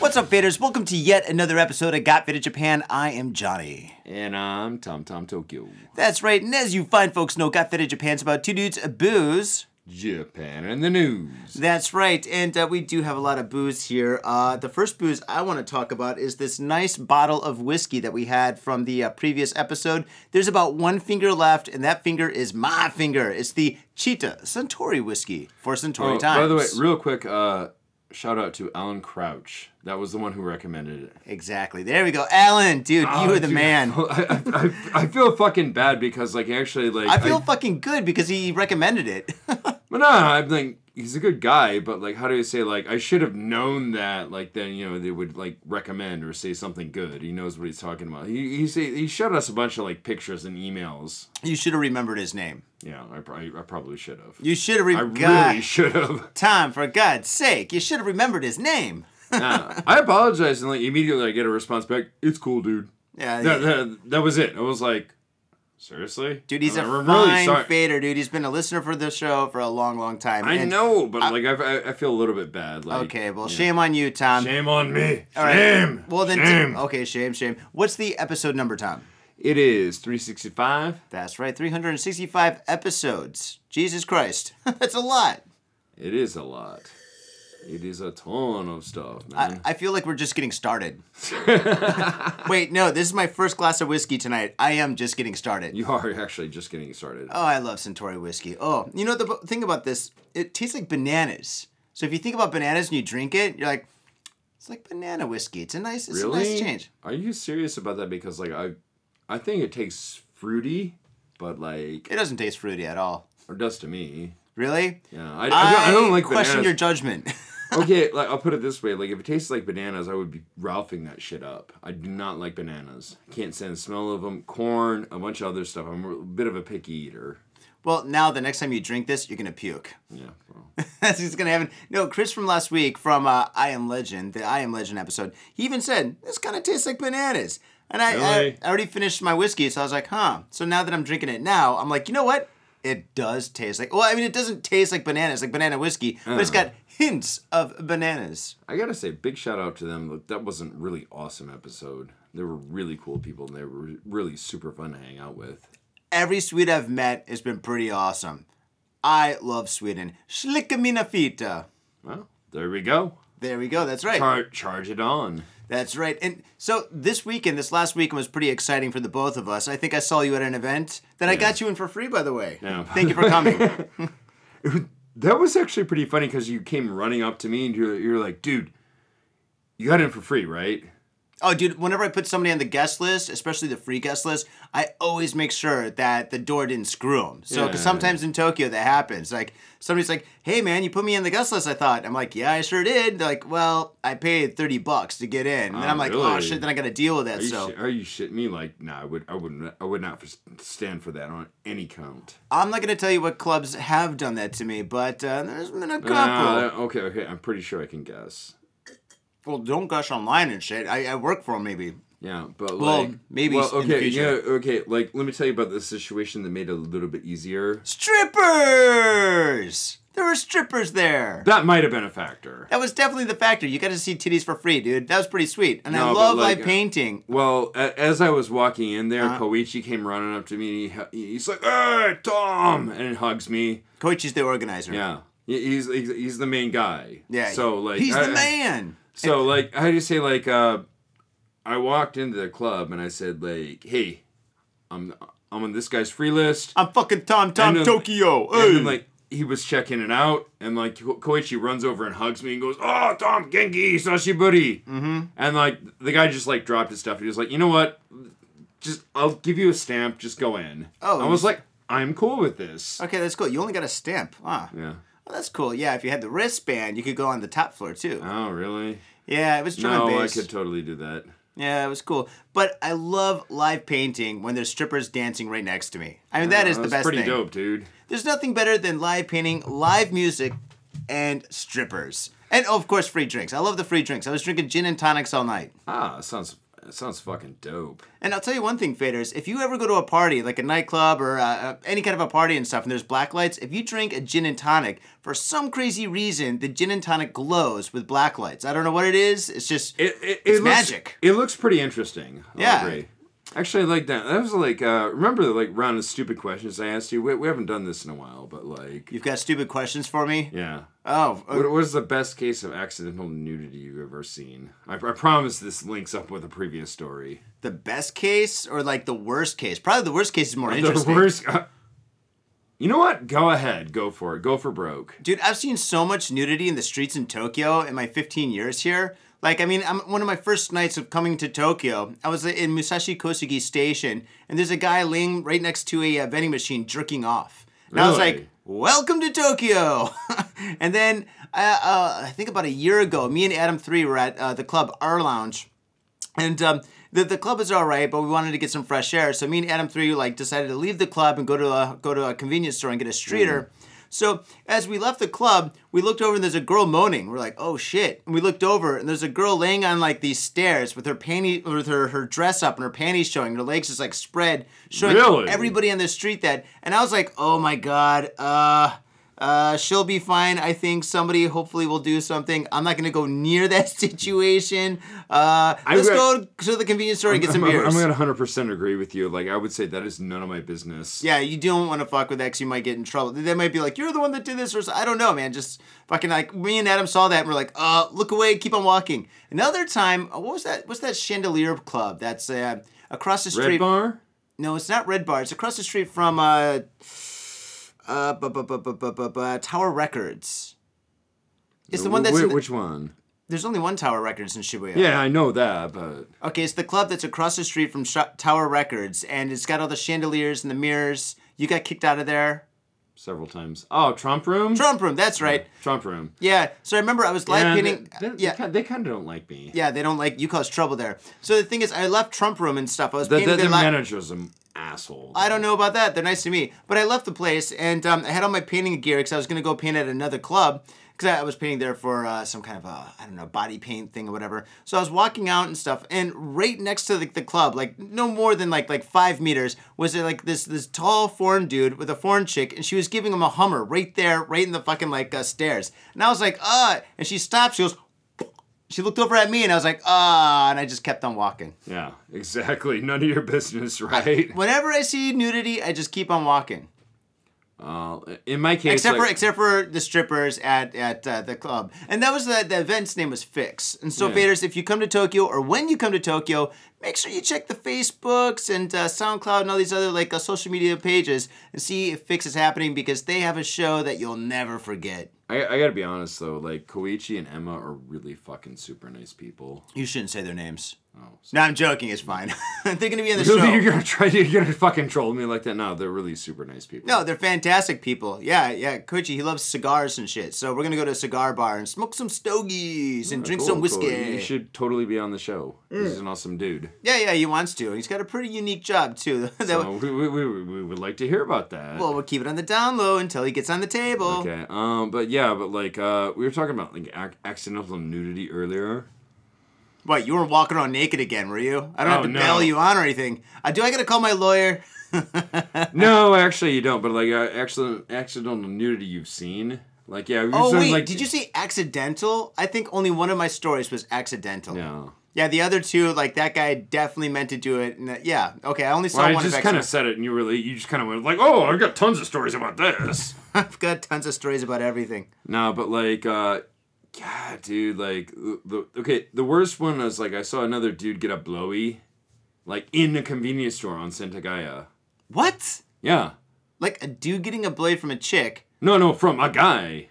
What's up, faders? Welcome to yet another episode of Got Faded Japan. I am Johnny. And I'm Tom Tom Tokyo. That's right, and as you fine folks know, Got Faded Japan's about two dudes, a booze. Japan and the news. That's right, and uh, we do have a lot of booze here. Uh, the first booze I want to talk about is this nice bottle of whiskey that we had from the uh, previous episode. There's about one finger left, and that finger is my finger. It's the Cheetah Centauri whiskey for Centauri Oh, Times. by the way, real quick, uh, shout out to Alan Crouch. That was the one who recommended it. exactly. There we go, Alan, dude, you Oh, are the dude, man. I, I, I feel fucking bad because like actually like I feel fucking good because he recommended it. but no, I'm like he's a good guy, but like how do you say like I should have known that like then you know they would like recommend or say something good. He knows what he's talking about. He he say, he showed us a bunch of like pictures and emails. you should have remembered his name. Yeah, I probably I probably should have. You should have re- I God, really should have. Tom, for God's sake, you should have remembered his name. Nah, I apologize, and like immediately I get a response back. It's cool, dude. Yeah, That, that, that was it. I was like, seriously, dude, he's I'm a uh, really fine sorry. fader, dude. He's been a listener for the show for a long, long time. I and- know, but like I, I- I feel a little bit bad. Like, Okay, well, yeah. shame on you, Tom. shame on me. All right. Shame. Well, then, oh. shame. okay, shame, shame. What's the episode number, Tom? it is 365. That's right, 365 episodes. Jesus Christ, that's a lot. It is a lot. It is a ton of stuff, I, man. I feel like we're just getting started. Wait, no, this is my first glass of whiskey tonight. I am just getting started. you are actually just getting started. Oh, I love Centauri whiskey. Oh, you know the b- thing about this? It tastes like bananas. So if you think about bananas and you drink it, you're like, it's like banana whiskey. It's a nice, it's really? a nice change. Are you serious about that? Because like I, I think it tastes fruity, but like It doesn't taste fruity at all. or does to me. Really? Yeah, I, I, don't, I don't like question bananas. your judgment. okay, like I'll put it this way: like if it tastes like bananas, I would be ralphing that shit up. I do not like bananas. Can't stand the smell of them. Corn, a bunch of other stuff. I'm a bit of a picky eater. well, now the next time you drink this, you're gonna puke. Yeah. well. That's what's gonna happen. No, Chris from last week from uh, I Am Legend, the I Am Legend episode, he even said this kind of tastes like bananas. And I, I, Really? I already finished my whiskey, so I was like, huh. So now that I'm drinking it now, I'm like, you know what? It does taste like. Well, I mean, it doesn't taste like bananas, like banana whiskey, but it's got hints of bananas. I gotta say, big shout out to them. Like, that wasn't really awesome episode. They were really cool people, and they were really super fun to hang out with. Every Swede I've met has been pretty awesome. I love Sweden. Schlickamina fita. Well, there we go. There we go. That's right. Char- charge it on. That's right. And so this weekend, this last weekend was pretty exciting for the both of us. I think I saw you at an event that I got you in for free, by the way. Yeah. Thank you for coming. That was actually pretty funny because you came running up to me and you're, you're like, dude, you got in for free, right? oh, dude, whenever I put somebody on the guest list, especially the free guest list, I always make sure that the door didn't screw them. So, 'cause Yeah. sometimes in Tokyo that happens. Like, somebody's like, hey, man, you put me on the guest list, I thought. I'm like, yeah, I sure did. They're like, well, I paid 30 bucks to get in. And then Oh, I'm like, oh, really? shit, then I got to deal with that. Are you, so, shi- are you shitting me? Like, nah, I would, I wouldn't, I would not f- stand for that on any count. I'm not going to tell you what clubs have done that to me, but uh, there's been a couple. Uh, okay, okay, I'm pretty sure I can guess. Well, don't gush online and shit. I, I work for 'em, maybe. Yeah, but Well, like, maybe well, s- in the okay, yeah, future. okay. Like, let me tell you about the situation that made it a little bit easier. Strippers! There were strippers there. That might have been a factor. That was definitely the factor. You got to see titties for free, dude. That was pretty sweet. And I No, but love like, my uh, painting. Well, a- as I was walking in there, Uh-huh. Koichi came running up to me. And he, he's like, "Hey, Tom," and hugs me. Koichi's the organizer. Yeah, He- he's he's, he's the main guy. Yeah. So like, he's I- the man. So like, how do you say like? uh I walked into the club and I said like, "Hey, I'm I'm on this guy's free list." I'm fucking Tom Tom And then- Tokyo. And Hey. then like he was checking it out, and like Ko- Koichi runs over and hugs me and goes, "Oh, Tom Genki Sashiburi." Mm-hmm. And like the guy just like dropped his stuff. He was like, "You know what? Just I'll give you a stamp. Just go in." Oh, I was like, "I'm cool with this." okay, that's cool. You only got a stamp. Ah. Yeah. Well, that's cool. Yeah, if you had the wristband, you could go on the top floor too. Oh, really? yeah, it was drum No, and I bass. could totally do that. Yeah, it was cool. But I love live painting when there's strippers dancing right next to me. I mean, that is Uh, That's the best pretty thing. dope, dude. There's nothing better than live painting, live music, and strippers. And of course, free drinks. I love the free drinks. I was drinking gin and tonics all night. Ah, sounds That sounds fucking dope. And I'll tell you one thing, faders. If you ever go to a party, like a nightclub or uh, uh, any kind of a party and stuff, and there's black lights, if you drink a gin and tonic, for some crazy reason, the gin and tonic glows with black lights. I don't know what it is. It's just It, it, it It's looks, magic. It looks pretty interesting. I'll Yeah. agree. Actually, I like that. That was like uh, remember like round of stupid questions I asked you. We, we haven't done this in a while, but like you've got stupid questions for me. yeah. Oh, uh, What what is the best case of accidental nudity you've ever seen? I, I promise this links up with a previous story. the best case or like the worst case? Probably the worst case is more The interesting. worst. uh, you know what? Go ahead. Go for it. Go for broke. Dude, I've seen so much nudity in the streets in Tokyo in my 15 years here. Like, I mean, I'm, one of my first nights of coming to Tokyo, I was in Musashi Kosugi Station, and there's a guy laying right next to a uh, vending machine jerking off. And I was Really? like, welcome to Tokyo. and then uh, uh, I think about a year ago, me and Adam 3 were at uh, the club R Lounge. And um, the, the club is all right, but we wanted to get some fresh air. So me and Adam three like decided to leave the club and go to a go to a convenience store and get a streeter. So as we left the club, we looked over and there's a girl moaning. We're like, oh shit! And we looked over and there's a girl laying on like these stairs with her panty with her, her dress up and her panties showing, her legs just like spread, showing Really? everybody on the street that. And I was like, oh my god, uh. Uh, she'll be fine. I think somebody hopefully will do something. I'm not gonna go near that situation. Uh, Let's got- go to the convenience store and get some I'm, beers. I'm gonna 100 percent agree with you. Like I would say that is none of my business. Yeah, you don't want to fuck with that 'cause you might get in trouble. They might be like, "You're the one that did this," or so- I don't know, man. Just fucking like me and Adam saw that and we're like, "Uh, look away, keep on walking." Another time, uh, what was that? What's that chandelier club? That's uh, across the Red street. bar. No, it's not Red Bar. It's across the street from uh, uh, bu- bu- bu- bu- bu- bu- bu- Tower Records. It's the one that's Wh- in the- which one? there's only one Tower Records in Shibuya. Yeah, I know that, but Okay, it's the club that's across the street from Sh- Tower Records, and it's got all the chandeliers and the mirrors. You got kicked out of there. several times. Oh, Trump room. Trump Room, that's right. Trump room. Yeah. So I remember I was live And painting. They, they, yeah. yeah. they kind of don't like me. Yeah, they don't like you cause trouble there. So the thing is, I left Trump Room and stuff. I was The, painting the, their the li- manager's an asshole. I don't know about that. They're nice to me. But I left the place and um, I had all my painting gear because I was going to go paint at another club because I, I was painting there for uh, some kind of, uh, I don't know, body paint thing or whatever. So I was walking out and stuff. And right next to the, the club, like no more than like like five meters, was there like this this tall foreign dude with a foreign chick and she was giving him a hummer right there, right in the fucking like uh, stairs. And I was like, uh, and she stopped. She goes, she looked over at me and I was like, ah, and I just kept on walking. Yeah, exactly. None of your business, right? Whenever I see nudity, I just keep on walking. Uh, in my case, except like, for except for the strippers at at uh, the club, and that was the the event's name was Fix. And so, Yeah. faders, if you come to Tokyo or when you come to Tokyo, make sure you check the Facebooks and uh, SoundCloud and all these other like uh, social media pages and see if Fix is happening because they have a show that you'll never forget. I, I gotta be honest though. Like Koichi and Emma are really fucking super nice people. You shouldn't say their names. Oh, so- No, I'm joking. It's fine. They're gonna be on the really, show. you're gonna try to you're gonna fucking troll me like that? No, they're really super nice people. No, they're fantastic people. Yeah, yeah. Koichi, he loves cigars and shit. So we're gonna go to a cigar bar and smoke some stogies and drink Cool, some whiskey. Mm. cool. You should totally be on the show. He's an awesome dude. Yeah, yeah, he wants to. He's got a pretty unique job too. That So Uh, we, we, we, we would like to hear about that. well, we'll keep it on the down low until he gets on the table. Okay. Um. But yeah. But like, uh, we were talking about like ac- accidental nudity earlier. What? You weren't walking around naked again, were you? I don't have Oh, to no. bail you on or anything. Uh, do I gotta call my lawyer? no, actually, you don't. But like, uh, accident, accidental nudity you've seen. Like, yeah. Oh so, wait, like, did you say accidental? I think only one of my stories was accidental. No. Yeah, the other two, like that guy definitely meant to do it. And that, yeah, okay, I only saw I one just of kind accidental. of said it, and you really, you just kind of went like, "Oh, I've got tons of stories about this." I've got tons of stories about everything. no, but like, uh, God, dude, like the, the okay, the worst one was like I saw another dude get a blowy, like in a convenience store on Santagaya. What? Yeah. Like a dude getting a blade from a chick No, no, from a guy.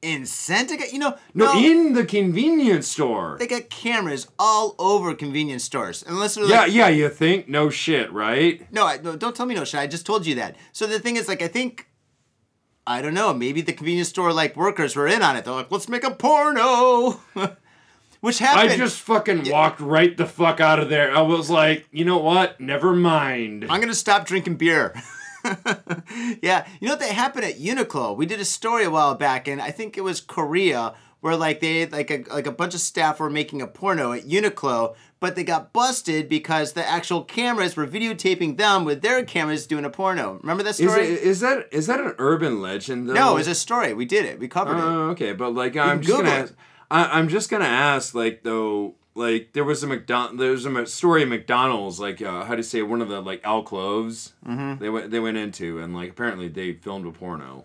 in Santa? You know, No, in the convenience store. They got cameras all over convenience stores. Unless they're yeah, like, yeah, you think? No shit, right? no, I, no, don't tell me no shit. I just told you that. So the thing is, like, I think, I don't know, maybe the convenience store like workers were in on it. They're like, let's make a porno, which happened. I just fucking walked right the fuck out of there. I was like, you know what? Never mind. I'm gonna stop drinking beer. yeah, you know what? That happened at Uniqlo. We did a story a while back, and I think it was Korea, where like they like a like a bunch of staff were making a porno at Uniqlo, but they got busted because the actual cameras were videotaping them with their cameras doing a porno. Remember that Is, story? it, is that is that an urban legend? Though? no, it's a story. We did it. We covered it. Oh, okay, but like I'm just Google gonna, it. ask, I, I'm just gonna ask like though, like there was a McDonald, there was a Mc- story at McDonald's, like uh, how to say one of the like alcoves Mm-hmm. they went they went into, and like apparently they filmed a porno.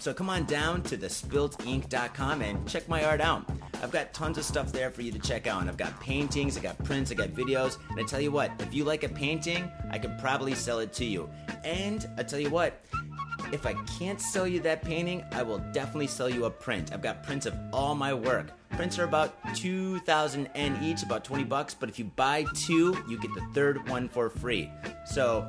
So come on down to thespiltink.com and check my art out. I've got tons of stuff there for you to check out. I've got paintings, I got prints, I got videos, and I tell you what, if you like a painting, I can probably sell it to you. And I tell you what, if I can't sell you that painting, I will definitely sell you a print. I've got prints of all my work. Prints are about 2,000 N each, about 20 bucks, but if you buy two, you get the third one for free. So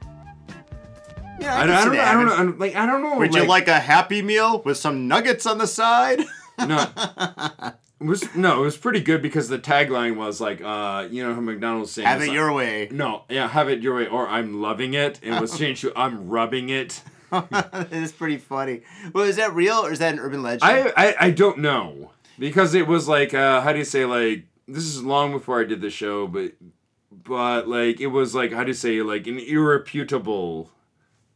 Yeah, I, can don't, I see don't, that I don't know, happening. I'm- like I don't know. Would you like a Happy Meal with some nuggets on the side? no. It was no, it was pretty good because the tagline was like, uh, you know how McDonald's saying Have it's it like- your way. No, yeah, have it your way, or I'm loving it. It Oh. was changed to I'm rubbing it. it's pretty funny. Well, is that real or is that an urban legend? I, I I don't know because it was like uh, how do you say like this is long before I did the show, but but like it was like how do you say like an irreputable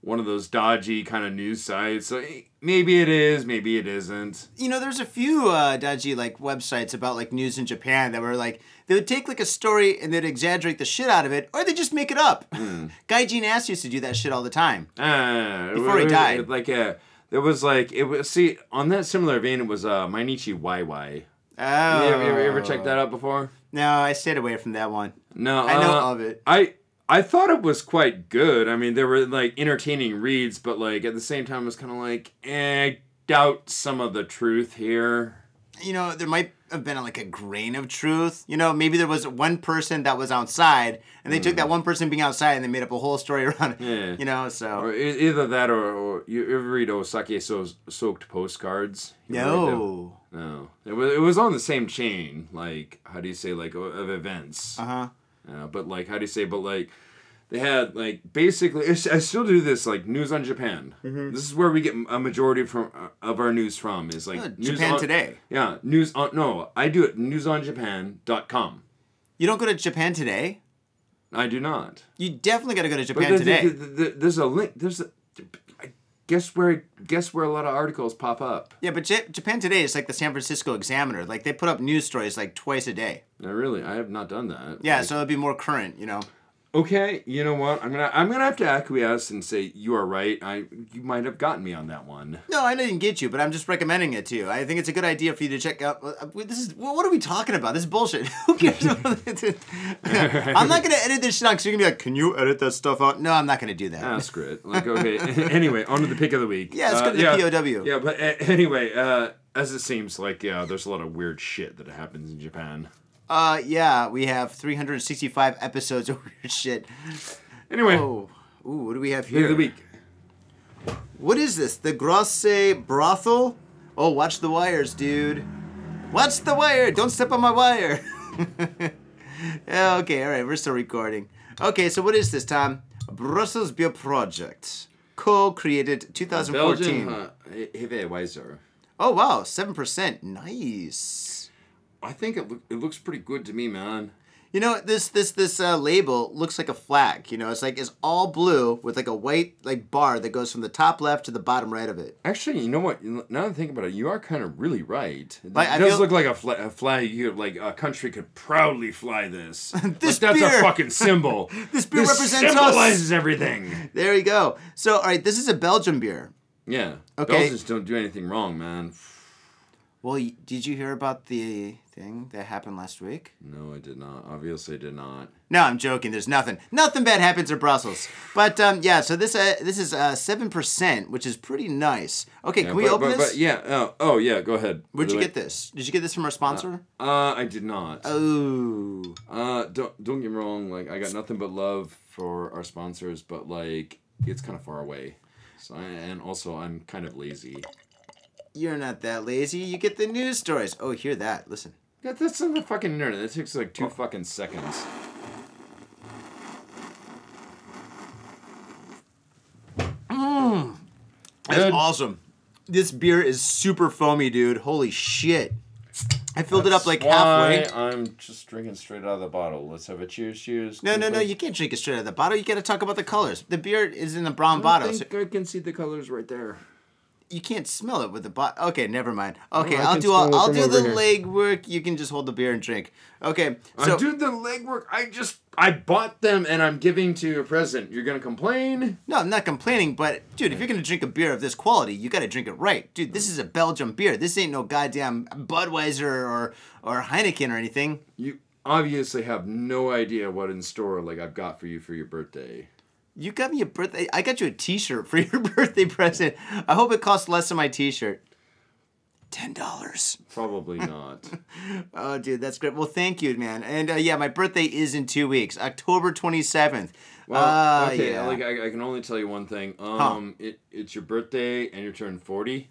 one of those dodgy kind of news sites. So eh, maybe it is, maybe it isn't. you know, there's a few uh, dodgy like websites about like news in Japan that were like they would take like a story and they'd exaggerate the shit out of it, or they just make it up. Hmm. Gaijin Ass used to do that shit all the time. Uh, Before he died. like uh, there was like it was see on that similar vein. It was uh, Mainichi YY. Oh, You ever, you ever, you ever checked that out before? No, I stayed away from that one. No, I know uh, of it. I I thought it was quite good. I mean, there were like entertaining reads, but like at the same time, it was kind of like, eh, I doubt some of the truth here. You know, there might have been like a grain of truth. You know, maybe there was one person that was outside, and they took that one person being outside and they made up a whole story around it. Hmm. Yeah. You know, so Or e- either that, or, or you ever read Osake so- soaked postcards? You ever read them? no. no. It was it was on the same chain. Like how do you say like o- of events? Uh huh. Uh, but like, how do you say? But like, they had like basically. it's- I still do this like news on Japan. Mm-hmm. This is where we get a majority from of our news from is like Uh, news Japan on- Today. Yeah, news on no. I do it newsonjapan.com. You don't go to Japan today. I do not. You definitely got to go to But Japan there- today. there- there- there's a link. There's a. I guess where guess where a lot of articles pop up. Yeah, but J- Japan Today is like the San Francisco Examiner. Like they put up news stories like twice a day. No, really, I have not done that. Yeah, so it'd be more current, you know. Okay, you know what? I'm gonna I'm gonna have to acquiesce and say you are right. I you might have gotten me on that one. No, I didn't get you, but I'm just recommending it to you. I think it's a good idea for you to check out. uh, This is what are we talking about? This is bullshit. Who cares? about it? Ah, I'm not gonna edit this shit out because you're gonna be like, "Can you edit that stuff out?" No, I'm not gonna do that. Ah, screw it. Like, okay. anyway, on to the pick of the week. Uh, Yeah, let's go to the POW. Yeah, but uh, anyway, uh, as it seems like, yeah, there's a lot of weird shit that happens in Japan. Uh, yeah, we have 365 episodes of weird shit. Anyway, Oh, ooh, what do we have pick here? of the week. What is this? The Grosse brothel? Oh, watch the wires, dude. Watch the wire. Don't step on my wire. Eh, okay, all right, we're still recording. Okay, so what is this, Tom? Brussels Beer Project, co-created 2014. Belgian uh, Hive Weiser. Oh wow, seven percent, nice. I think it, loo- it looks pretty good to me, man. You know this this this uh, label looks like a flag. You know, it's like it's all blue with like a white like bar that goes from the top left to the bottom right of it. Actually, you know what? Now that I think about it, you are kind of really right. It Like, I does feel- look like a, fla- a flag. You could, like a country could proudly fly this. This like, that's beer- a fucking symbol. This beer represents us. symbolizes everything. There you go. So all right, this is a Belgian beer. Yeah. Okay. Belgians don't do anything wrong, man. Well, y- did you hear about the thing that happened last week? No, I did not. Obviously, I did not. No, I'm joking. There's nothing. Nothing bad happens in Brussels. But um, yeah, so this uh, this is seven percent, which is pretty nice. Okay, Yeah, can we but, open but, this? But yeah. Oh, oh yeah. Go ahead. Where'd By you the get this? Did you get this from our sponsor? way- Uh, I did not. oh, Uh, don't don't get me wrong. Like I got nothing but love for our sponsors, but like it's kind of far away. So I, and also I'm kind of lazy. you're not that lazy. You get the news stories. Oh, hear that? Listen. That, that's on the fucking internet. That takes like two fucking seconds. That's Good. awesome. This beer is super foamy, dude. Holy shit. I filled it up like That's why halfway. I'm just drinking straight out of the bottle. Let's have a cheers, cheers. No, no, no. Like, You can't drink it straight out of the bottle. You got to talk about the colors. The beer is in a brown I bottle. so- think I can see the colors right there. you can't smell it with the bot. Okay, never mind. Okay, Oh, I I'll can do all, smell it I'll from do the over leg work. You can just hold the beer and drink. Okay, so I do the legwork. I just I bought them and I'm giving to you a present. You're gonna complain? no, I'm not complaining, but dude, if you're gonna drink a beer of this quality, you gotta drink it right, dude. This is a Belgium beer. This ain't no goddamn Budweiser or or Heineken or anything. You obviously have no idea what in store like I've got for you for your birthday. You got me a birthday. I got you a T-shirt for your birthday present. I hope it costs less than my T-shirt. Ten dollars. Probably not. Oh, dude, that's great. Well, thank you, man. And uh, yeah, my birthday is in two weeks, October Ah, twenty seventh. Uh, Well, okay, like I, I can only tell you one thing. Um, it, it's your birthday and you turned forty.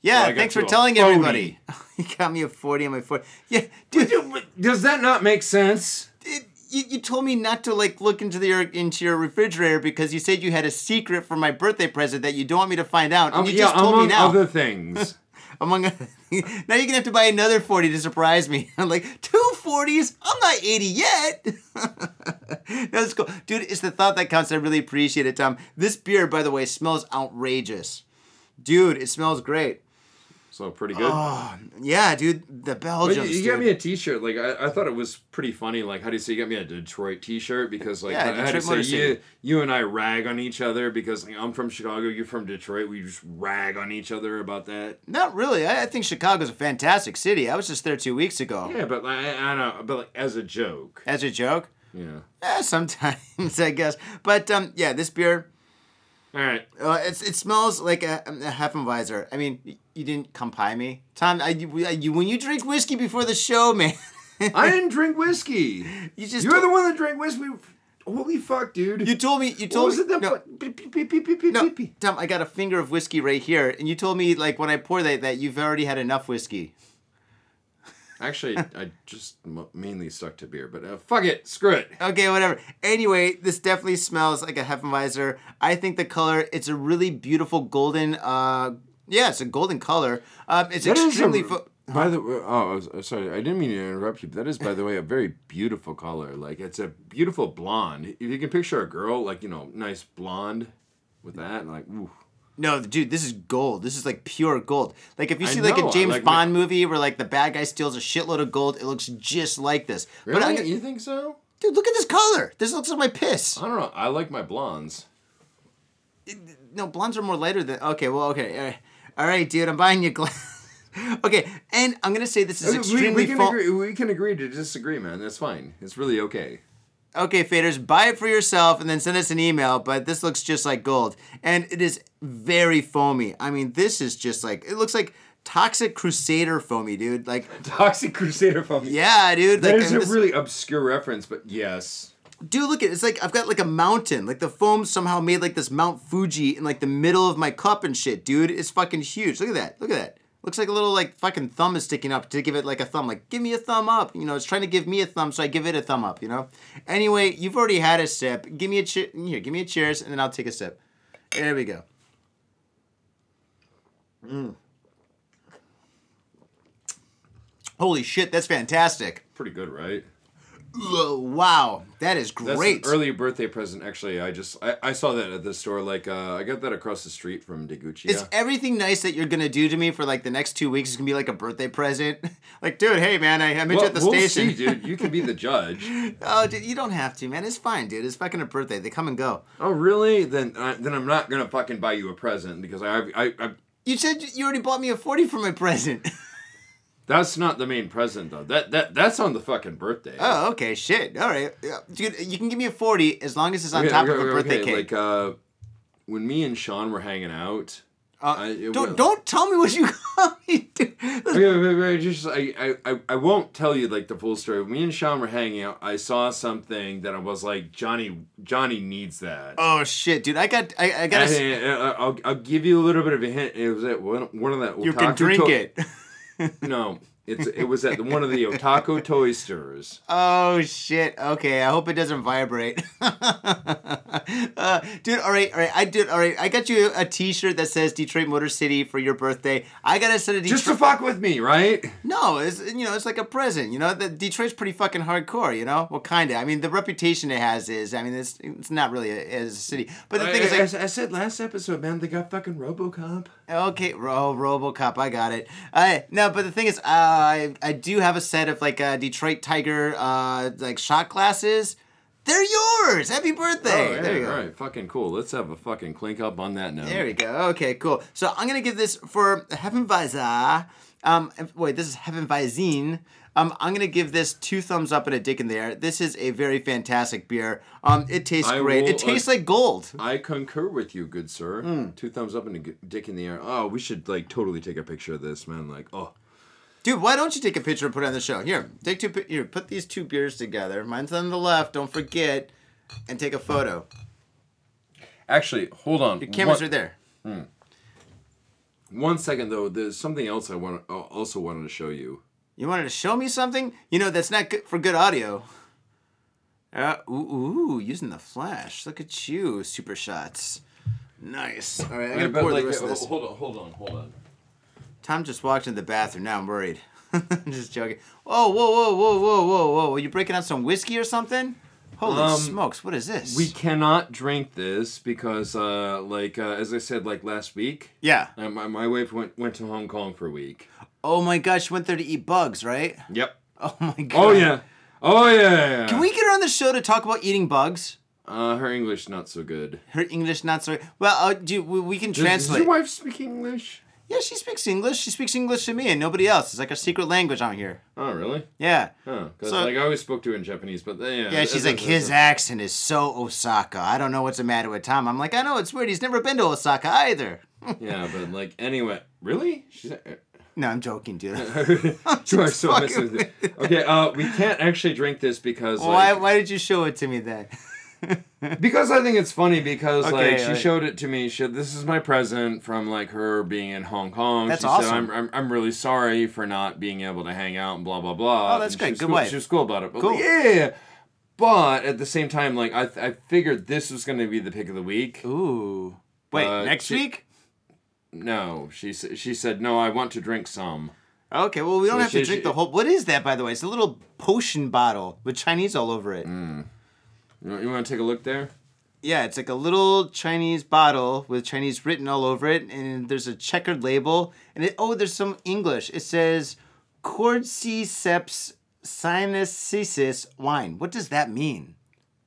Yeah, Well, I got thanks you for a telling 40. everybody. you got me a 40 on my 40. Yeah, dude, Does that not make sense? it, you, you told me not to like look into the, your into your refrigerator because you said you had a secret for my birthday present that you don't want me to find out. And Um, you yeah, just told among me now. other things. among other things. now you're gonna have to buy another 40 to surprise me. I'm like, two 40s? I'm not 80 yet. That's cool. Dude, it's the thought that counts. I really appreciate it, Tom. This beer, by the way, smells outrageous. Dude, it smells great. so pretty good. Yeah, dude, the But Belgium. you, you got me a T-shirt. Like I, I thought it was pretty funny. Like how do you say you got me a Detroit T-shirt because like Yeah, I had to Detroit Motor say you, City. you and I rag on each other because like, I'm from Chicago, you're from Detroit. We just rag on each other about that. Not really. I, I think Chicago's a fantastic city. I was just there two weeks ago. Yeah, but like, I, I don't know. But like as a joke. As a joke? Yeah. Eh, sometimes, I guess. But um, yeah, this beer, All right. uh, it's, it smells like a, um, a Heffenweiser. I mean, y- you didn't come pie me. Tom, I, you, I- you, when you drink whiskey before the show, man, I didn't drink whiskey. you just. You're to- the one that drank whiskey. Holy fuck, dude. You told me. You what told was me. it that no, fu- beep, beep, beep, beep, beep, beep, no, beep, beep. Tom, I got a finger of whiskey right here, and you told me, like, when I pour that, that you've already had enough whiskey. Actually, I just m- mainly stuck to beer, but uh, fuck it. Screw it. Okay, whatever. Anyway, this definitely smells like a Heffenweiser. I think the color, it's a really beautiful golden, uh, yeah, it's a golden color. Um, it's That is extremely, a- fo- by the way, oh, I was- I'm sorry. I didn't mean to interrupt you. But that is, by the way, a very beautiful color. Like it's a beautiful blonde. If you can picture a girl, like you know, nice blonde, with that, like ooh. no, dude, this is gold. This is like pure gold. Like if you I see like know, a I James like- Bond movie where like the bad guy steals a shitload of gold, it looks just like this. But I, you think so? dude, look at this color. This looks like my piss. I don't know. I like my blondes. No, blondes are more lighter than, okay, well, okay. All right, all right dude, I'm buying you glass. okay, and I'm going to say this is extremely Uh, we, we can fo- agree, we can agree to disagree, man. That's fine. It's really okay. okay, faders, buy it for yourself and then send us an email. But this looks just like gold, and it is very foamy. I mean, this is just like it looks like toxic crusader foamy, dude. Like, Toxic Crusader from yeah, dude. Like, That is and a this- really obscure reference, but yes. dude, look at it. it's like I've got like a mountain. Like the foam somehow made like this Mount Fuji in like the middle of my cup and shit, dude. It's fucking huge. Look at that. Look at that. Looks like a little like fucking thumb is sticking up to give it like a thumb. Like, give me a thumb up. You know, it's trying to give me a thumb, so I give it a thumb up. You know. Anyway, you've already had a sip. Give me a cheer. Here, give me a cheers, and then I'll take a sip. There we go. Mm. Holy shit, that's fantastic. Pretty good, right? Whoa, wow, that is That's great. an early birthday present. Actually, I just I, I saw that at the store. Like uh, I got that across the street from Degucci. Is everything nice that you're gonna do to me for like the next two weeks is gonna be like a birthday present? like, dude, hey man, I, I met you at the station. see, dude. You can be the judge. Oh, dude, you don't have to, man. It's fine, dude. It's fucking a birthday. They come and go. oh, really? Then uh, then I'm not gonna fucking buy you a present because I I, I You said you already bought me a forty for my present. that's not the main present though. That that that's on the fucking birthday. oh, okay, shit. All right, Yeah, dude, you can give me a forty as long as it's on Okay, top okay, of a okay, birthday okay, cake. Like uh, when me and Sean were hanging out. Uh, I- it don't will. don't tell me what you got me, dude. Okay, wait, wait, wait, just I, I, I- I won't tell you like the full story. Me and Sean were hanging out. I saw something that I was like, Johnny, Johnny needs that. Oh shit, dude. I got I, I got. I, a s- I- I'll, I'll give you a little bit of a hint. It was at one, one of that. you can Otaku drink to- it. No, it's it was at the, one of the Otaku toy stores. Oh shit. Okay, I hope it doesn't vibrate. uh, dude, all right, all right. I did all right. I got you a t-shirt that says Detroit Motor City for your birthday. I got to send a Detroit Just to fuck with me, right? No, it's you know, it's like a present. You know, the Detroit's pretty fucking hardcore. You know, well, kinda. I mean, the reputation it has is, I mean, it's it's not really a, as a city. But the I, thing is, like, I- I said last episode, man, they got fucking RoboCop. okay, oh, RoboCop, I got it. I no, but the thing is, uh, I I do have a set of like uh, Detroit Tiger uh, like shot glasses. They're yours. Happy birthday. Oh, there hey, you go. all right, fucking cool. Let's have a fucking clink up on that now. There we go. Okay, cool. So I'm gonna give this for Hefenweiser. Um, wait, this is Hefenweizen. Um, I'm gonna give this two thumbs up and a dick in there. This is a very fantastic beer. Um, it tastes I great. It will, uh, tastes like gold. I concur with you, good sir. Hmm. Two thumbs up and a g- dick in the air. Oh, we should like totally take a picture of this, man. Like, oh, Dude, why don't you take a picture and put it on the show? Here, take two. pi- Here, put these two beers together. Mine's on the left. Don't forget, and take a photo. actually, hold on. Your cameras one, are there. One second though. There's something else I want. uh, Also wanted to show you. You wanted to show me something? You know that's not good for good audio. Uh, ooh, ooh, using the flash. Look at you, super shots. Nice. All right, I gotta pour the rest of this. hold on, hold on, hold on. Tom just walked into the bathroom. Now I'm worried. I'm just joking. Oh, whoa, whoa, whoa, whoa, whoa, whoa! Are you breaking out some whiskey or something? Holy Um, smokes! What is this? We cannot drink this because, uh, like, uh, as I said, like last week, yeah. uh, my, my wife went went to Hong Kong for a week. Oh my gosh, she went there to eat bugs, right? Yep. Oh my god. Oh yeah. Oh yeah. yeah, yeah. Can we get her on the show to talk about eating bugs? Uh, her English not so good. Her English not so. Well, uh, do we, we can Does- Does, translate. your wife speak English? Yeah, she speaks English. She speaks English to me and nobody else. It's like a secret language out here. Oh really? Yeah. Huh, 'cause, So- like I always spoke to her in Japanese, but then, yeah. Yeah, she's like, his accent is so Osaka. I don't know what's the matter with Tom. I'm like, I know, it's weird. He's never been to Osaka either. uh, Yeah, but like anyway, really? She's. No, I'm joking, dude. you are so fucking messing with it. Okay, uh, we can't actually drink this because why, like, why did you show it to me then? because I think it's funny because Okay, like she alright. showed it to me. She this is my present from like her being in Hong Kong. That's she awesome. Said, I'm, I'm I'm really sorry for not being able to hang out and blah blah blah. Oh, that's And great. She was Good cool, wife. She was cool about it. But, Cool. Yeah. But at the same time, like I, I figured this was gonna be the pick of the week. Ooh. Wait, Uh, next she- week? No, she s- she said no. I want to drink some. Okay, well, we don't So have to she- drink she- the whole. What is that, by the way? It's a little potion bottle with Chinese all over it. Mm. You, you want to take a look there? Yeah, it's like a little Chinese bottle with Chinese written all over it, and there's a checkered label. And it, oh, there's some English. It says Cordyceps sinusitis wine. What does that mean?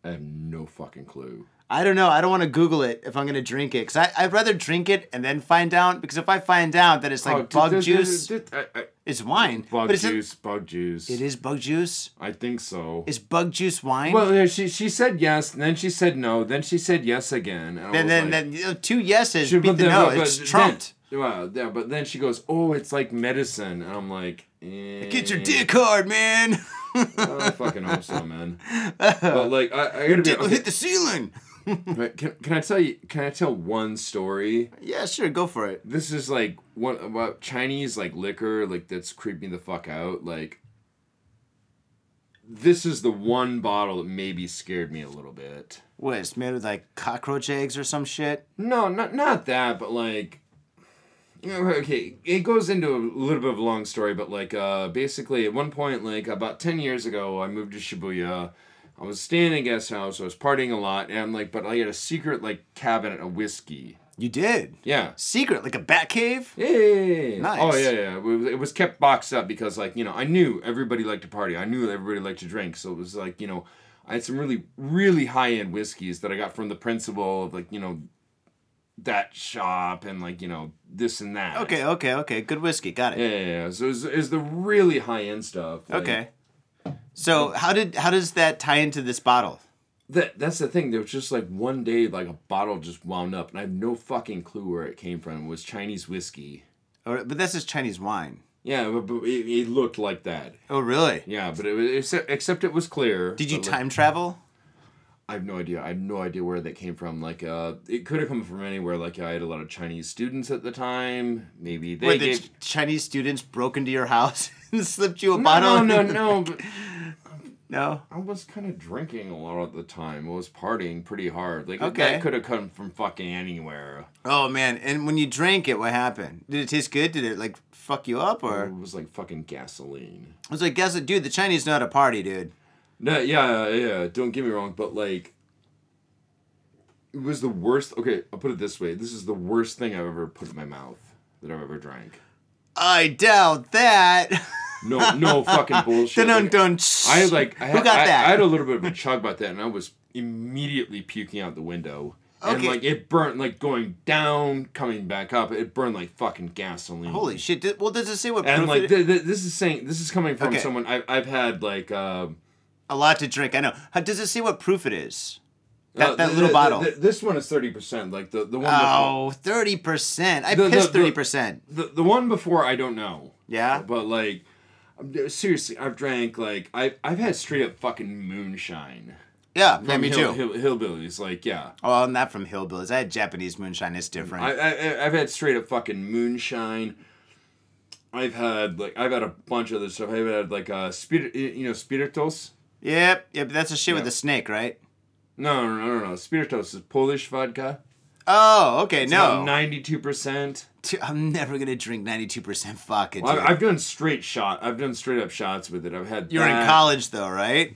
I have no fucking clue. I don't know. I don't want to Google it if I'm going to drink it. Because I'd rather drink it and then find out. Because if I find out that it's like Oh, d- bug d- d- juice, d- d- I- I- it's wine. Bug but it's juice, bug juice. It is bug juice. I think so. Is bug juice wine? well, yeah, she she said yes, and then she said no, then she said yes again. And I then, then, was like- then uh, two yeses She- beat the but then- no. but- it's but trumped. Then, well, yeah, but then she goes, "Oh, it's like medicine," and I'm like, eh, Get your dick hard, man. I fucking hope so, man. but like, I, I gotta be. It'll hit the ceiling. But can, can I tell you? Can I tell one story? Yeah, sure, go for it. This is like one about Chinese like liquor, like that's creeped me the fuck out. Like, this is the one bottle that maybe scared me a little bit. What, it's made with like cockroach eggs or some shit? No, not not that, but like you know, okay, it goes into a little bit of a long story, but like uh basically at one point like about 10 years ago, I moved to Shibuya. I was staying in a guest house, I was partying a lot, and I'm like but I had a secret like cabinet of whiskey. You did. Yeah. Secret, like a bat cave? Yeah, yeah, yeah, yeah. Nice. Oh yeah, yeah. It was, it was kept boxed up because, like, you know, I knew everybody liked to party. I knew everybody liked to drink. So it was like, you know, I had some really, really high end whiskeys that I got from the principal of like, you know, that shop and like, you know, this and that. Okay, okay, okay. Good whiskey, got it. Yeah, yeah. yeah. So it's is the really high end stuff. like- Okay. So how did how does that tie into this bottle? That that's the thing. There was just like one day, like a bottle just wound up, and I have no fucking clue where it came from. It was Chinese whiskey. Or, but this is Chinese wine. Yeah, but, but it, it looked like that. Oh, really? Yeah, but it was except, except it was clear. Did you but, like, time travel? I have no idea. I have no idea where that came from. Like, uh, it could have come from anywhere. Like, I had a lot of Chinese students at the time. Maybe they Where the gave. Ch- Chinese students broke into your house and slipped you a no, bottle? no, no. But no. I was kind of drinking a lot at the time. I was partying pretty hard. Like, Okay. that could have come from fucking anywhere. Oh man! And when you drank it, what happened? Did it taste good? Did it like fuck you up? Or It was like fucking gasoline. I was like, guess it, dude. The Chinese know how to party, dude. No, yeah, yeah. Don't get me wrong, but like, it was the worst. Okay, I'll put it this way. This is the worst thing I've ever put in my mouth that I've ever drank. I doubt that. No, no fucking bullshit. Dun Like, dun. I had like I Who had, got I, that? I had a little bit of a chug about that, and I was immediately puking out the window. And Okay. like it burnt, like going down, coming back up. It burned like fucking gasoline. Holy shit! Did, well, does it say what? And proof like it- th- th- this is saying this is coming from Okay. someone I've I've had like uh, a lot to drink. I know. How, does it say what proof it is? That, uh, that th- little th- bottle. th- this one is thirty percent. Like the the one oh, 30%. I The- the- pissed the- 30%. before, the the one before I don't know. Yeah? But like I'm- uh, seriously, I've drank like I I've had straight up fucking moonshine. Yeah, yeah, me Hill- too. hill- hillbillies, like yeah. Oh, well, not from hillbillies. I had Japanese moonshine. It's different. I, I I- I've had straight up fucking moonshine. I've had like I've had a bunch of other stuff. I've had like uh spirit, you know, spiritos. yep, yep. That's a shit with Yeah. a snake, right? No, no, no, no, no. Spiritos is Polish vodka. Oh, okay. no, ninety-two percent. Dude, I'm never gonna drink 92% vodka. I've, dude. I've done straight shot. I've done straight up shots with it. I've had. You're in that. college though, right?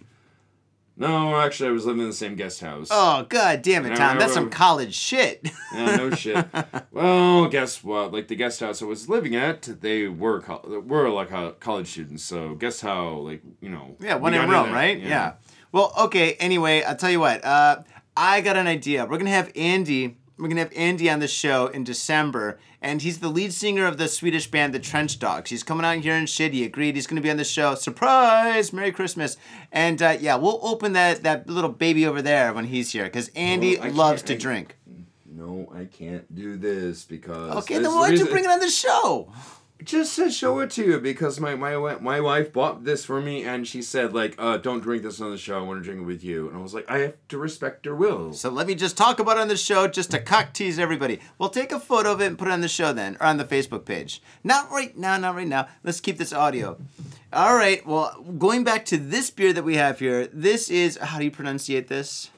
No, actually, I was living in the same guest house. Oh, god damn it, Yeah, Tom. I That's some remember. college shit. Yeah, no shit. well, guess what? Like the guest house I was living at, they were co- were like uh, college students. So guess how? Like you know. yeah, one we in got Rome, that. right? Yeah. Well, okay. Anyway, I'll tell you what. Uh, I got an idea. We're gonna have Andy. We're gonna have Andy on the show in December, and he's the lead singer of the Swedish band The Trench Dogs. He's coming out here and shit. He agreed he's gonna be on the show. Surprise! Merry Christmas! And uh, yeah, we'll open that that little baby over there when he's here, because Andy Well, I loves can't- to I- drink. No, I can't do this because. Okay, this then why don't you reason- bring it on the show? Just to show it to you because my my wi- my wife bought this for me and she said like, uh, don't drink this on the show. I want to drink it with you. And I was like, I have to respect her will. So let me just talk about it on the show just to cock tease everybody. We'll take a photo of it and put it on the show then, or on the Facebook page. Not right now, not right now. Let's keep this audio. All right, well, going back to this beer that we have here, this is, how do you pronunciate this?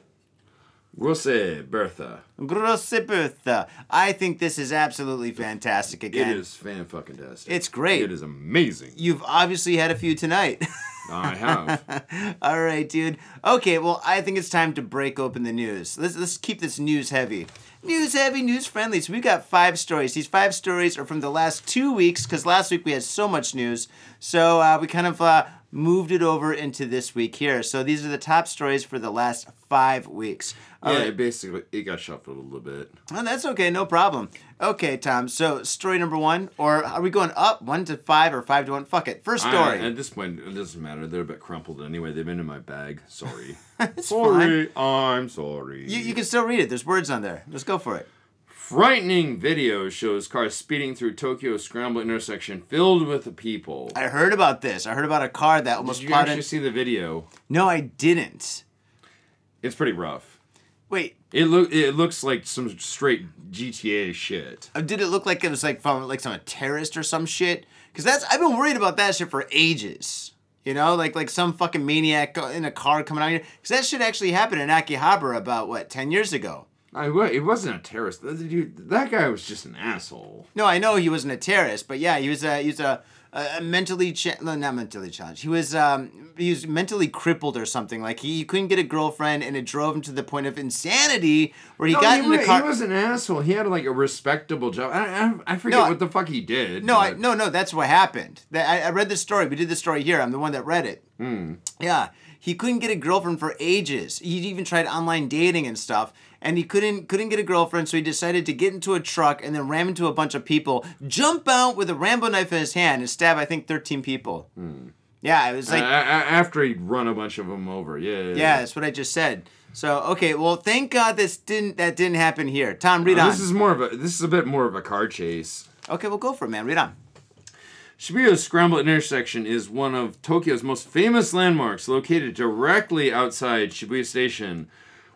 Rosse Bertha. Grosse Bertha. I think this is absolutely fantastic It again. is fan fucking tastic. It's great. It is amazing. You've obviously had a few tonight. I have. All right, dude. Okay, well, I think it's time to break open the news. Let's let's keep this news heavy. News heavy, news friendly. So we've got five stories. These five stories are from the last two weeks because last week we had so much news. So uh, we kind of uh, moved it over into this week here. So these are the top stories for the last five weeks. All yeah, right. it basically it got shuffled a little bit. Oh, that's okay, no problem. Okay, Tom. So story number one, or are we going up one to five or five to one? Fuck it. First I- story. at this point, it doesn't matter. They're a bit crumpled anyway. They've been in my bag. Sorry. it's fine. sorry. I'm sorry. You, you can still read it. There's words on there. Let's go for it. Frightening video shows car speeding through Tokyo Scramble intersection filled with people. I heard about this. I heard about a car that Did almost you plowed actually in. see the video? No, I didn't. It's pretty rough. Wait, It look it looks like some straight GTA shit. uh, did it look like it was like from like some terrorist or some shit? Because that's I've been worried about that shit for ages. You know, like like some fucking maniac go- in a car coming out here. Because that shit actually happened in Akihabara about what ten years ago. I wa- it wasn't a terrorist. That, dude, that guy was just an asshole. No, I know he wasn't a terrorist, but yeah, he was a he was a, a a mentally cha- no, not mentally challenged. He was um he was mentally crippled or something. Like he, couldn't get a girlfriend, and it drove him to the point of insanity where he No, got he, in wa- the car. he was an asshole. He had like a respectable job. I I, I forget No, I- what the fuck he did. No, I, but- no, no. That's what happened. That I, I read the story. We did the story here. I'm the one that read it. Hmm. Yeah, he couldn't get a girlfriend for ages. He even tried online dating and stuff, and he couldn't couldn't get a girlfriend. So he decided to get into a truck and then ram into a bunch of people, jump out with a Rambo knife in his hand, and stab I think 13 people. Hmm. Yeah, it was A- like a- after he'd run a bunch of them over. Yeah. Yeah. yeah, that's what I just said. So okay, well, thank God this didn't that didn't happen here. Tom, read on. This is more of a this is a bit more of a car chase. okay, well, go for it, man. Read on. Shibuya's Scramble Intersection is one of Tokyo's most famous landmarks, located directly outside Shibuya Station,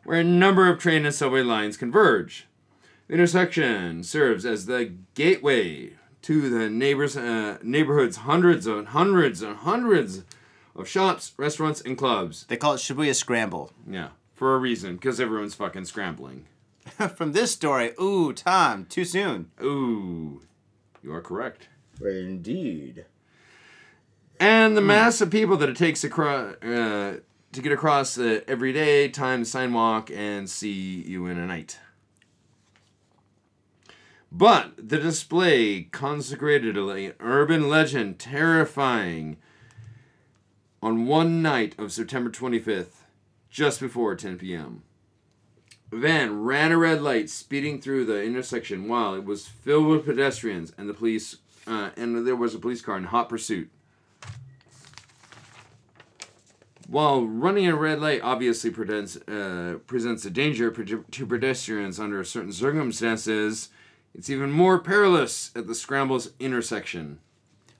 where a number of train and subway lines converge. The intersection serves as the gateway to the neighbors, uh, neighborhood's hundreds and hundreds and hundreds of shops, restaurants, and clubs. They call it Shibuya Scramble. Yeah, for a reason, because everyone's fucking scrambling. From this story, ooh, Tom, too soon. Ooh, you are correct. Indeed. and the mass of people that it takes across uh, to get across uh, every day, time the sidewalk, and see you in a night. But the display consecrated an urban legend terrifying on one night of September 25th, just before 10 p.m. A van ran a red light speeding through the intersection while it was filled with pedestrians and the police uh, and there was a police car in hot pursuit. While running a red light obviously presents, uh, presents a danger pre- to pedestrians under certain circumstances, it's even more perilous at the Scramble's intersection.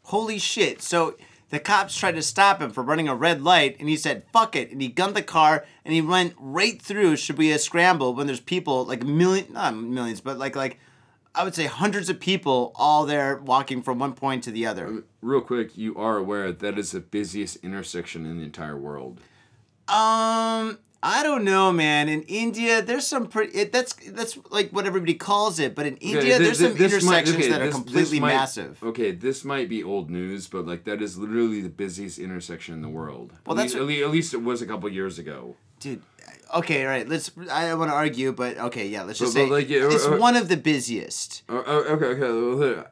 Holy shit. So the cops tried to stop him for running a red light, and he said, fuck it. And he gunned the car, and he went right through Shibuya Scramble when there's people, like million, not millions, but like, like, I would say hundreds of people all there walking from one point to the other. Real quick, you are aware that is the busiest intersection in the entire world. Um, I don't know, man. In India, there's some pretty. It, that's that's like what everybody calls it, but in India, thi- there's thi- some this might- intersections okay, that are this- this completely might- massive. Okay, this might be old news, but like that is literally the busiest intersection in the world. Well, at that's least, at, least, at least it was a couple years ago. dude. Okay, all right. Let's. I don't want to argue, but okay, yeah. Let's just But- say but, like, yeah, it's uh, uh, one of the busiest. Oh, oh, okay, okay, okay.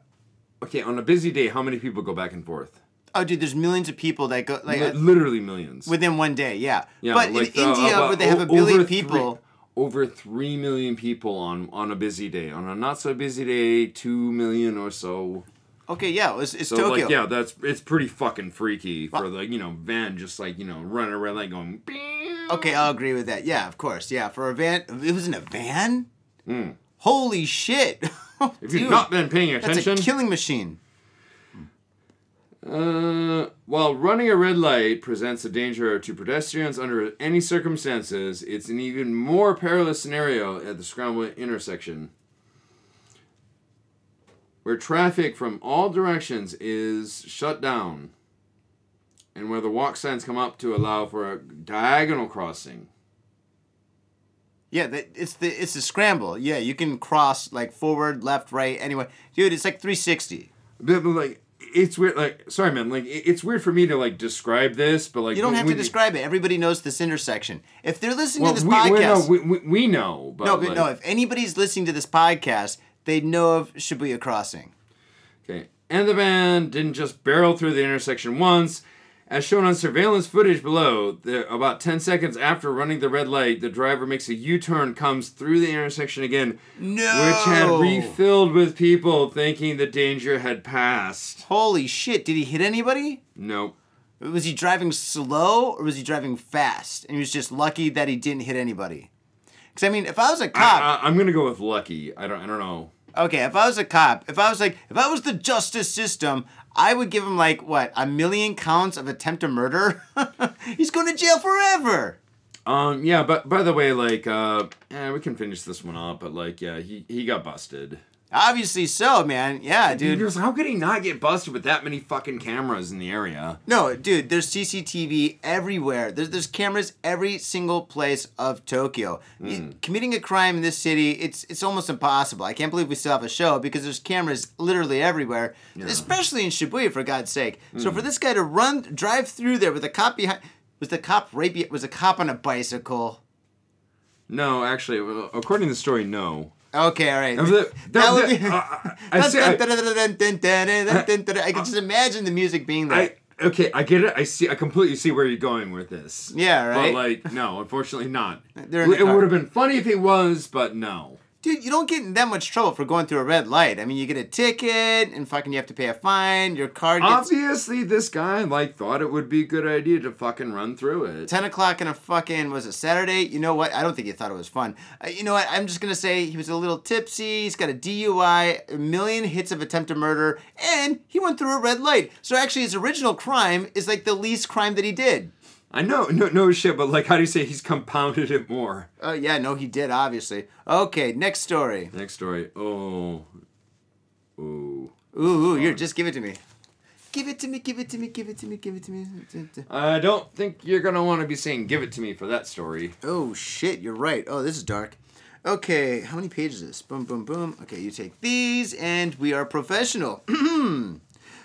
Okay, on a busy day, how many people go back and forth? Oh, dude, there's millions of people that go like Li- uh, literally millions. within one day. Yeah, Yeah, but like, in uh, India, about where they have a o- over billion three- people. over three million people on on a busy day. On a not so busy day, two million or so. Okay, yeah, it's, it's So Tokyo. like, yeah, that's it's pretty fucking freaky for like you know van just like you know running around like going. "Beow." Okay, I'll agree with that. Yeah, of course. Yeah, for a van, it was in a van. Holy shit! Hmm. If Dude, you've not been paying that's attention, a killing machine. Uh, while running a red light presents a danger to pedestrians under any circumstances, it's an even more perilous scenario at the Scramble intersection, where traffic from all directions is shut down, and where the walk signs come up to allow for a diagonal crossing. Yeah, the, it's the it's the scramble. Yeah, you can cross like forward, left, right, anyway. Dude, it's like 360. But, but, like, it's weird. Like, sorry, man. Like, it- it's weird for me to like describe this, but like, You don't when- have to when describe it. Everybody knows this intersection. If they're listening Well, to this we, we know, podcast, we, we, we know, but no, but like- no. If anybody's listening to this podcast, they know of Shibuya Crossing. Okay. And the van didn't just barrel through the intersection once. As shown on surveillance footage below, the, about 10 seconds after running the red light, the driver makes a U turn, comes through the intersection again, which had No. refilled with people thinking the danger had passed. Holy shit! Did he hit anybody? Nope. Was he driving slow or was he driving fast? And he was just lucky that he didn't hit anybody. Because I mean, if I was a cop, I, I, am Uh, gonna go with lucky. I don't. I don't know. Okay, if I was a cop, if I was like, if I was the justice system, I would give him like what a million counts of attempted murder. He's going to jail forever. Um, yeah, but by the way, like, uh, yeah, we can finish this one up, but like, yeah, he, he got busted. Obviously so, man. Yeah, Dude, dude. how could he not get busted with that many fucking cameras in the area? No, dude, there's CCTV everywhere. There's, there's cameras every single place of Tokyo. Hmm. Committing a crime in this city, it's it's almost impossible. I can't believe we still have a show because there's cameras literally everywhere, especially in Shibuya for God's sake. So Hmm. for this guy to run drive through there with a cop behind was the cop right be- was a cop on a bicycle. No, actually, well, according to the story, no. Okay, all right. That was it. That- would that- be- uh, I say- I- Uh, I can just imagine the music being there. I okay, I get it. I see. I completely see where you're going with this. Yeah, right? But like, no, unfortunately, not. They're in the it car. would have been funny if he was, but no. Dude, you don't get in that much trouble for going through a red light. I mean, you get a ticket, and fucking you have to pay a fine. Your car gets Obviously, this guy like thought it would be a good idea to fucking run through it. ten o'clock on a fucking was it Saturday? You know what? I don't think he thought it was fun. Uh, you know what? I'm just gonna say he was a little tipsy. He's got a DUI, a million hits of attempted murder, and he went through a red light. So actually, his original crime is like the least crime that he did. I know, no, no shit. But like, how do you say he's compounded it more? Oh yeah, no, he did obviously. Okay, next story. Next story. Oh, oh. Ooh, ooh you're just give it to me. Give it to me. Give it to me. Give it to me. Give it to me. I don't think you're gonna want to be saying "give it to me" for that story. Oh shit, you're right. Oh, this is dark. Okay, how many pages is this? Boom, boom, boom. Okay, you take these, and we are professional.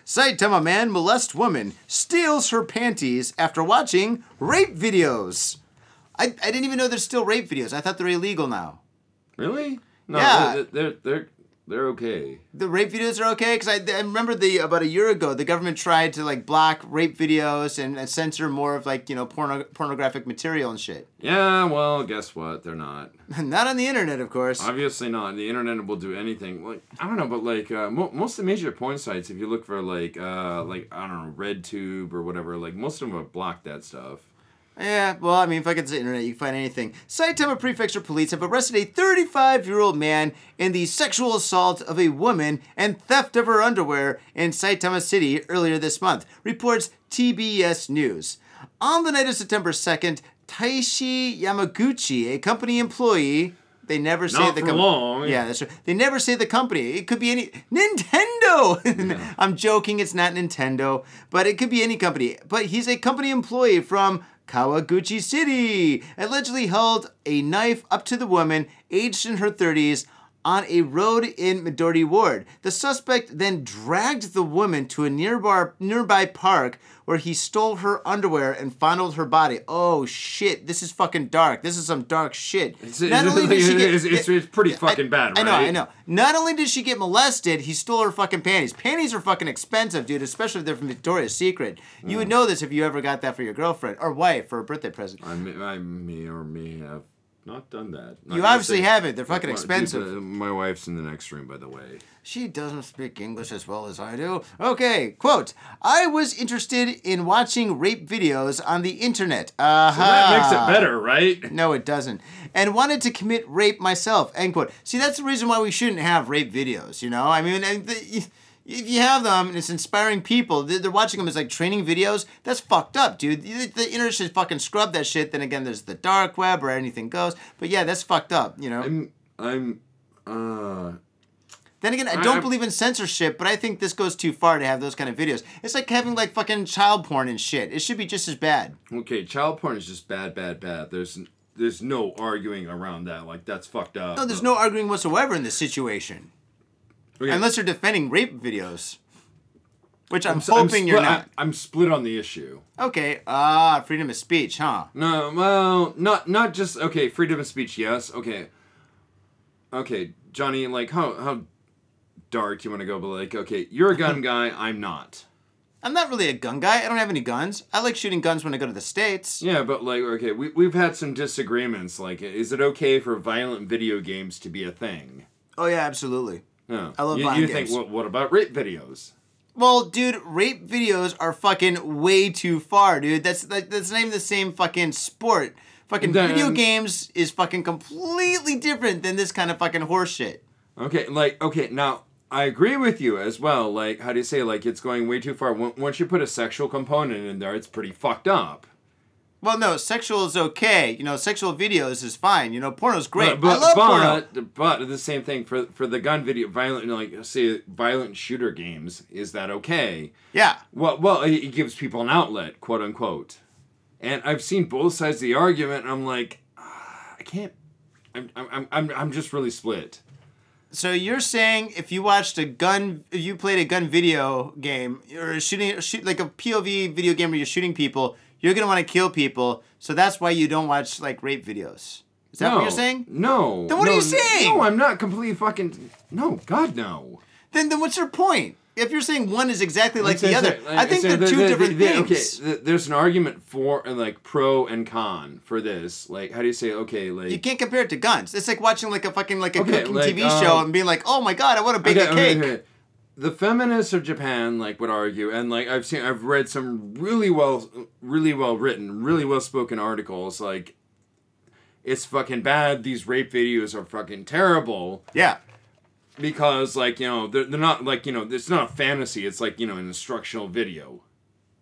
Saitama man molests woman, steals her panties after watching rape videos. I, I didn't even know there's still rape videos. I thought they're illegal now. Really? No, Yeah. they're, they're they're they're okay. The rape videos are okay because I, I remember the about a year ago the government tried to like block rape videos and, and censor more of like you know porno, pornographic material and shit. Yeah. Well, guess what? They're not. Not on the internet, of course. Obviously not. The internet will do anything. Like I don't know, but like uh, mo- most of the major porn sites, if you look for like uh, like I don't know, RedTube or whatever, like most of them have blocked that stuff. Yeah, well, I mean, if I could say internet, you can find anything. Saitama Prefecture police have arrested a 35 year old man in the sexual assault of a woman and theft of her underwear in Saitama City earlier this month, reports TBS News. On the night of September 2nd, Taishi Yamaguchi, a company employee, they never say Not the for com- long. Yeah, that's right. They never say the company. It could be any Nintendo. I'm joking. It's not Nintendo, but it could be any company. But he's a company employee from Kawaguchi City. Allegedly held a knife up to the woman, aged in her 30s, on a road in Midori Ward. The suspect then dragged the woman to a nearby nearby park where he stole her underwear and fondled her body. Oh shit! This is fucking dark. This is some dark shit. It's, it's, it's, it's pretty fucking bad, right? I know, I know. Not only did she get molested, he stole her fucking panties. Panties are fucking expensive, dude, especially if they're from Victoria's Secret. You Mm. would know this if you ever got that for your girlfriend or wife for a birthday present. I may, I may or may have not done that. Not You gonna obviously say- haven't. They're fucking Well, dude, expensive. uh, my wife's in the next room, by the way. She doesn't speak English as well as I do. Okay, quote I was interested in watching rape videos on the internet. Uh So that makes it better, right? No, it doesn't. And wanted to commit rape myself. End quote. See, that's the reason why we shouldn't have rape videos. You know, I mean, and the, if you have them and it's inspiring people, they're they're watching them as like training videos. That's fucked up, dude. The, the internet should fucking scrub that shit. Then again, there's the dark web where anything goes. But yeah, that's fucked up. You know. I'm I'm uh Then again, I don't I- believe in censorship, but I think this goes too far to have those kind of videos. It's like having like fucking child porn and shit. It should be just as bad. okay. Child porn is just bad, bad, bad. There's there's no arguing around that. Like that's fucked up. No, there's no arguing whatsoever in this situation. Okay. Unless you're defending rape videos, which I'm, So I'm hoping you're split- not. I, am split on the issue. Okay, ah, freedom of speech, huh? No, well, not not just okay. Freedom of speech, yes. Okay, okay, Johnny. Like how how dark you want to go, but like okay, you're a gun guy. I'm not. I'm not really a gun guy. I don't have any guns. I like shooting guns when I go to the States. Yeah, but like okay, we we've had some disagreements. Like, is it okay for violent video games to be a thing? Oh, yeah, absolutely. No, I love you, violent you games. think what? What about rape videos? Well, dude, rape videos are fucking way too far, dude. That's that, that's not even the same fucking sport. Fucking Then- video games is fucking completely different than this kind of fucking horseshit. Okay, like okay, now I agree with you as well. Like, how do you say? Like, it's going way too far. Once once you put a sexual component in there, it's pretty fucked up. Well, no, sexual is okay. You know, sexual videos is fine. You know, porno's great. But but I love porno. but, but the same thing for for the gun video violent like say violent shooter games is that okay? Yeah. Well, well, it it gives people an outlet, quote unquote. And I've seen both sides of the argument. And I'm like, ah, I can't. I'm I'm I'm- I'm I'm just really split. So you're saying if you watched a gun, if you played a gun video game or a shooting, shoot like a POV video game where you're shooting people, you're gonna want to kill people. So that's why you don't watch like rape videos. Is that no, what you're saying? No. Then what are no, you saying? No, I'm not completely fucking. No, God, no. Then then what's your point? If you're saying one is exactly like the other, I think so they're two the- the- different the- things. Okay, th- there's an argument for and like pro and con for this. Like, how do you say? Okay, like You can't compare it to guns. It's like watching like a fucking like a Okay, cooking like, TV uh, show and being like, oh my god, I want to bake a Okay, cake. okay, okay. The feminists of Japan like would argue, and like I've seen, I've read some really well, really well written, really well spoken articles. Like, it's fucking bad. These rape videos are fucking terrible Yeah. because like you know they're, they're not like you know it's not a fantasy. It's like you know an instructional video.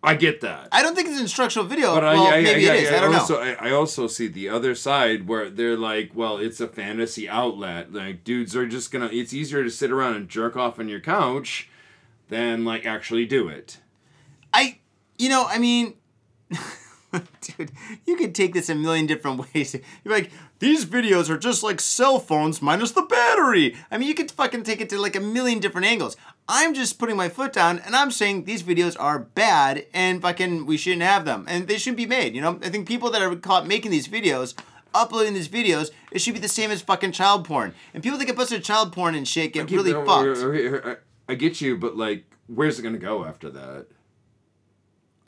I get that. I don't think it's an instructional video. But well, I, I, maybe I, it is. I, I don't also, know. I, I also see the other side where they're like, well, it's a fantasy outlet. Like, dudes are just gonna. It's easier to sit around and jerk off on your couch than like actually do it. I, you know, I mean, dude, you could take this a million different ways. You're like, these videos are just like cell phones minus the battery. I mean, you could fucking take it to like a million different angles. I'm just putting my foot down and I'm saying these videos are bad and fucking we shouldn't have them and they shouldn't be made. You know, I think people that are caught making these videos. Uploading these videos, it should be the same as fucking child porn. And people that get busted with child porn and shit get really Okay, fucked. okay, okay, I, I get you, but like, where's it gonna go after that?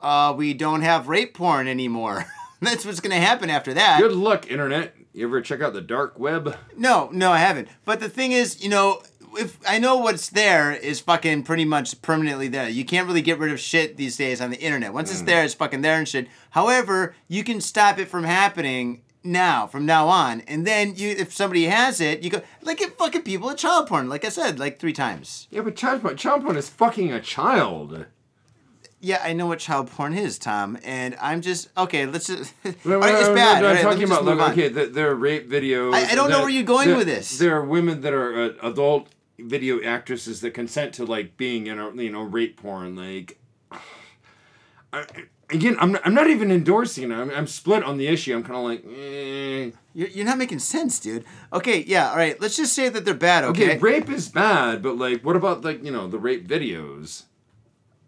uh, we don't have rape porn anymore. That's what's gonna happen after that. Good luck, internet. You ever check out the dark web? No, no, I haven't. But the thing is, you know, if I know what's there is fucking pretty much permanently there. You can't really get rid of shit these days on the internet. Once Hmm. it's there, it's fucking there and shit. However, you can stop it from happening now, from now on. And then you, if somebody has it, you go like it fucking people at child porn. Like I said, like three times. Yeah, but child porn, child porn is fucking a child. Yeah, I know what child porn is, Tom. And I'm just okay. Let's just. No, All right, no, it's bad. no, no, no, All I'm right, let me talking just about like, move on. okay, th- there are rape videos. I- I don't know there- where you're going there- with this. There are women that are uh, adult video actresses that consent to like being in a you know rape porn. Like, I, again, I'm not, I'm not even endorsing. it. I'm I'm split on the issue. I'm kind of like, eh. You're, you're not making sense, dude. Okay, yeah, all right. Let's just say that they're bad, okay, okay? rape is bad, but like, what about like you know the rape videos?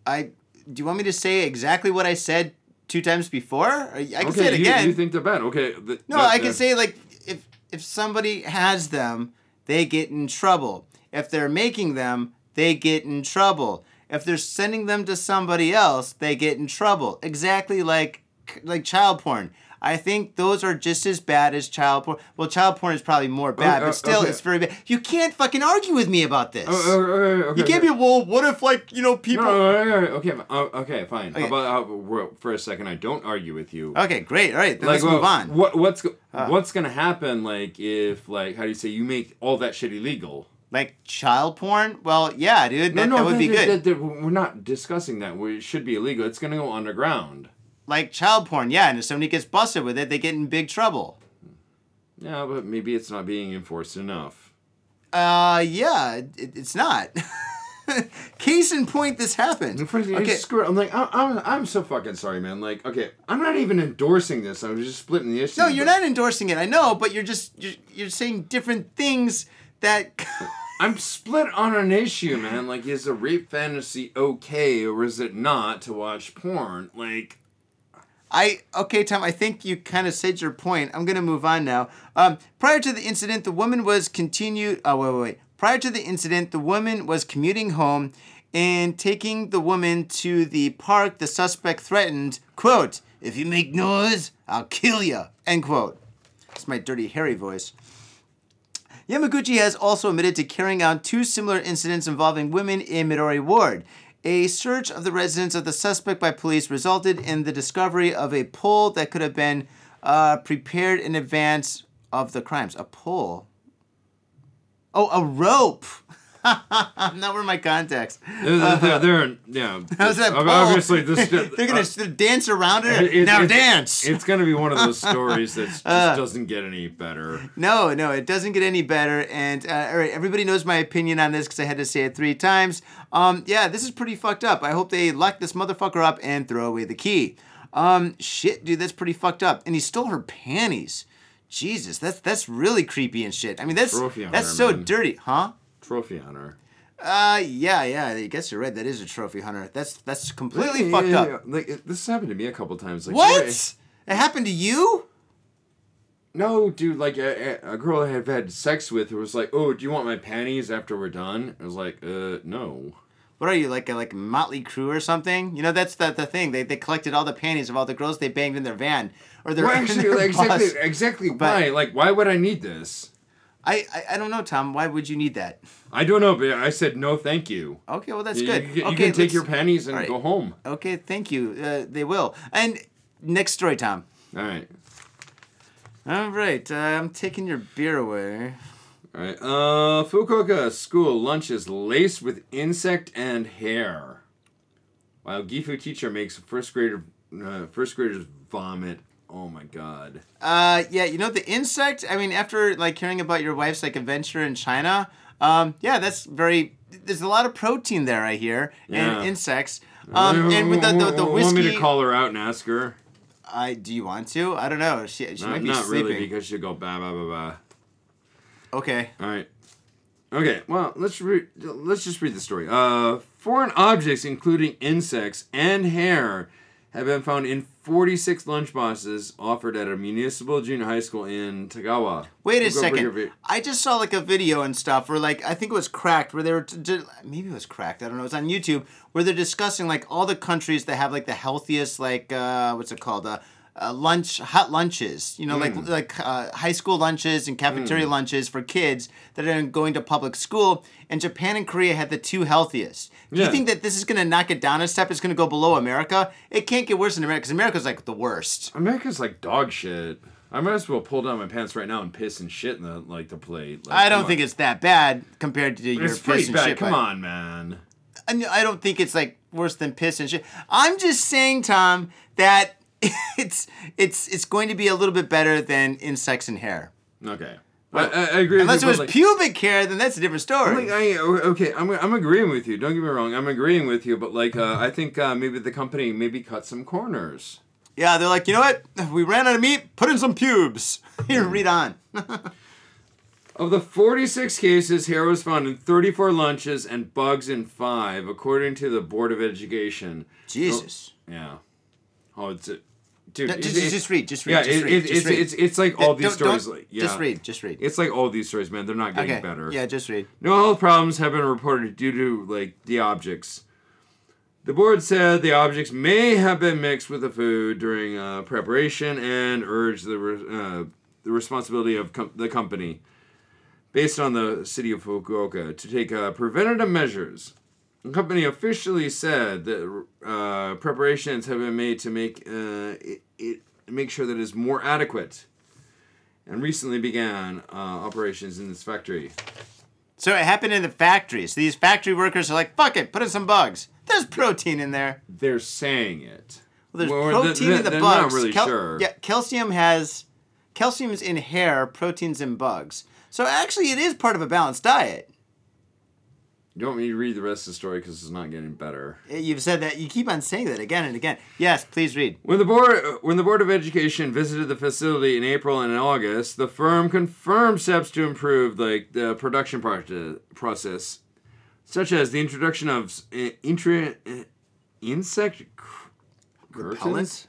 I do you want me to say exactly what I said two times before? Or I can say it Okay, you, again. you think they're bad? Okay, th- no, that- I can that- say like if if somebody has them, they get in trouble. If they're making them, they get in trouble. If they're sending them to somebody else, they get in trouble. Exactly like like child porn. I think those are just as bad as child porn. Well, child porn is probably more bad, uh, but still, okay. it's very bad. You can't fucking argue with me about this. Oh, oh, oh, okay, You can't okay. be well. What if like you know people? No, no, no, no, okay, uh, okay, fine. Okay. How about uh, well, for a second? I don't argue with you. Okay, great. All right, then let's well, move on. Ah. What what's go- what's gonna happen? Like if like how do you say you make all that shit illegal? like child porn? Well, yeah, dude, that, that would be good. that- that- we're not discussing that. We, it should be illegal. It's gonna go underground. like child porn, yeah. And if somebody gets busted with it, they get in big trouble. Yeah, but maybe it's not being enforced enough. Uh, yeah, it, it's not. Case in point, this happened. And first, Okay, screw it. I'm like, I, I'm, I'm so fucking sorry, man. Like, okay, I'm not even endorsing this. I'm just splitting the issue. no, you're but not endorsing it. I know, but you're just you're, you're saying different things that. I'm split on an issue, man. Like, is a rape fantasy okay or is it not to watch porn? Like, I okay, Tom. I think you kind of said your point. I'm gonna move on now. Um, prior to the incident, the woman was continued. Oh wait, wait, wait. Prior to the incident, the woman was commuting home, and taking the woman to the park. The suspect threatened, "quote If you make noise, I'll kill you." End quote. It's my dirty hairy voice. Yamaguchi has also admitted to carrying out two similar incidents involving women in Midori Ward. A search of the residence of the suspect by police resulted in the discovery of a poll that could have been uh, prepared in advance of the crimes. A poll? Oh, a rope! Not where my contacts. They're, they're, they're- yeah. Uh-huh. How's that ob- pole? Obviously, this. They're gonna uh, s- dance around it. it- it- now it's- dance. Uh. It's gonna be one of those stories that just doesn't get any better. No, no, it doesn't get any better. And uh, all right, everybody knows my opinion on this because I had to say it three times. Um, yeah, this is pretty fucked up. I hope they lock this motherfucker up and throw away the key. Um, shit, dude, that's pretty fucked up. And he stole her panties. Jesus, that's that's really creepy and shit. I mean, that's Trophy hunter, that's so man. dirty, huh? Trophy honor. Uh, yeah, yeah. I guess you're right. That is a trophy hunter. That's that's completely fucked Yeah, up. yeah, Like it- this happened to me a couple times. Like What? you're- It happened to you? No, dude. Like a, a a girl I have had sex with who was like, "Oh, do you want my panties after we're done?" I was like, "Uh, no." what are you like a like Motley Crue or something? You know that's the the thing. They, they collected all the panties of all the girls they banged in their van or their, Well, in actually, their like, exactly, bus. exactly why? Like, why would I need this? I, I I don't know, Tom. Why would you need that? I don't know, but I said no, thank you. Okay, well that's You- good. You, can- you okay, can take let's- your panties and all right. go home. Okay, thank you. Uh, they will. And next story, Tom. All right, All right, uh, I'm taking your beer away. all right. Uh, Fukuoka school lunch is laced with insect and hair. While Gifu teacher makes first grader uh, first graders vomit. Oh my god. Uh, yeah, you know the insect. I mean, after like hearing about your wife's like adventure in China, um, yeah, that's very. There's a lot of protein there, I hear, Yeah. and insects. Um, and with the the, the Want me whiskey. to call her out and ask her? I do you want to? I don't know. She she Not, might be not sleeping. really, because she'll go ba ba ba ba. okay. All right. Okay. Well, let's re- let's just read the story. Uh, foreign objects, including insects and hair, have been found in 46 lunchboxes offered at a municipal junior high school in Tagawa. Wait a Fukuoka second. Prefecture. I just saw like a video and stuff where like I think it was cracked where they were t- d- maybe it was cracked. I don't know. It's on YouTube where they're discussing like all the countries that have like the healthiest like uh what's it called uh, uh lunch hot lunches. You know Mm. like like uh, high school lunches and cafeteria lunches for kids that are going to public school. And Japan and Korea had the two healthiest. Do you Yeah. think that this is going to knock it down a step? It's going to go below America. It can't get worse than America because America's like the worst. America's like dog shit. I might as well pull down my pants right now and piss and shit in the like the plate. Like, I come don't on. think it's that bad compared to your it's piss pretty and bad. shit. Come but- on, man. I kn- I don't think it's like worse than piss and shit. I'm just saying, Tom, that it's it's it's going to be a little bit better than insects and hair. Okay. I, I, I agree. Unless with you, it was but, like, pubic hair, then that's a different story. Like, I, okay, I'm, I'm agreeing with you. Don't get me wrong. I'm agreeing with you, but like uh, I think uh, maybe the company maybe cut some corners. yeah, they're like, you know what? We ran out of meat. Put in some pubes. Here, read on. Of the 46 cases, hair was found in 34 lunches and bugs in five, according to the Board of Education. Jesus. Yeah. Oh, it's a, dude. No, it- just, it- just read. Just read. yeah, just it, read, it, just it's, read. it's it's like all these Don't- don't- stories. Like, yeah. Just read. Just read. It's like all these stories, man. They're not getting okay. better. Yeah, just read. No health problems have been reported due to like the objects. The board said the objects may have been mixed with the food during uh, preparation and urged the re- uh, the responsibility of com- the company, based on the city of Fukuoka, to take uh, preventative measures. The company officially said that uh, preparations have been made to make uh, it, it make sure that it is more adequate, and recently began uh, operations in this factory. So it happened in the factories. These factory workers are like, fuck it, put in some bugs. There's protein in there. they're saying it. Well, there's Well, they- protein they- in the they're bugs. Not really Cal- sure. Yeah, calcium has calcium's in hair, proteins in bugs. So actually, it is part of a balanced diet. You want me to read the rest of the story because it's not getting better. Eh, You've said that. You keep on saying that again and again. Yes, please read. When the board uh, when the board of education visited the facility in April and in August, the firm confirmed steps to improve like the production proce- process, such as the introduction of s- i- intra, i- insect cur- curtains. Repellent?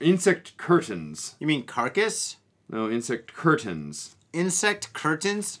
Insect curtains. You mean carcass? No, insect curtains. Insect curtains?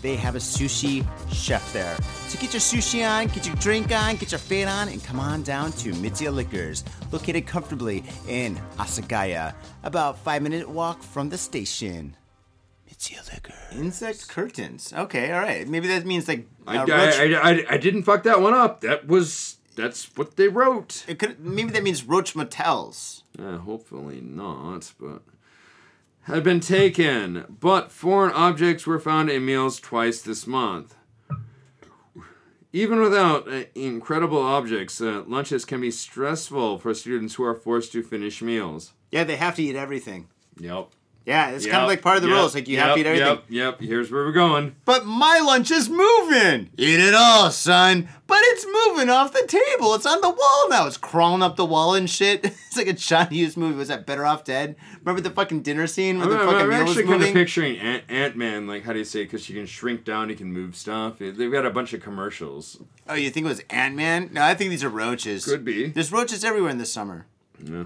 they have a sushi chef there. So get your sushi on, get your drink on, get your fade on, and come on down to Mitsuya Liquors, located comfortably in Asagaya, about five minute walk from the station. Mitsuya Liquors. Insect curtains. Okay, all right. Maybe that means like I, uh, road I, I, I, I didn't fuck that one up. That was that's what they wrote. It could maybe that means Roach Motels. Uh, hopefully not, but had been taken. But foreign objects were found in meals twice this month. Even without uh, incredible objects, uh, lunches can be stressful for students who are forced to finish meals. Yeah, they have to eat everything. Yep. Yeah, it's kind of like part of the rules. Like you have to eat everything. Yep, yep. Here's where we're going. But my lunch is moving. Eat it all, son. But it's moving off the table. It's on the wall now. It's crawling up the wall and shit. It's like a John Hughes movie. Was that Better Off Dead? Remember the fucking dinner scene where I'm, the I'm- fucking I'm meal was actually kind of moving? picturing Ant Ant Man. Like how do you say? Because she can shrink down, he can move stuff. They've got a bunch of commercials. oh, you think it was Ant Man? No, I think these are roaches. Could be. There's roaches everywhere in the summer. Yeah.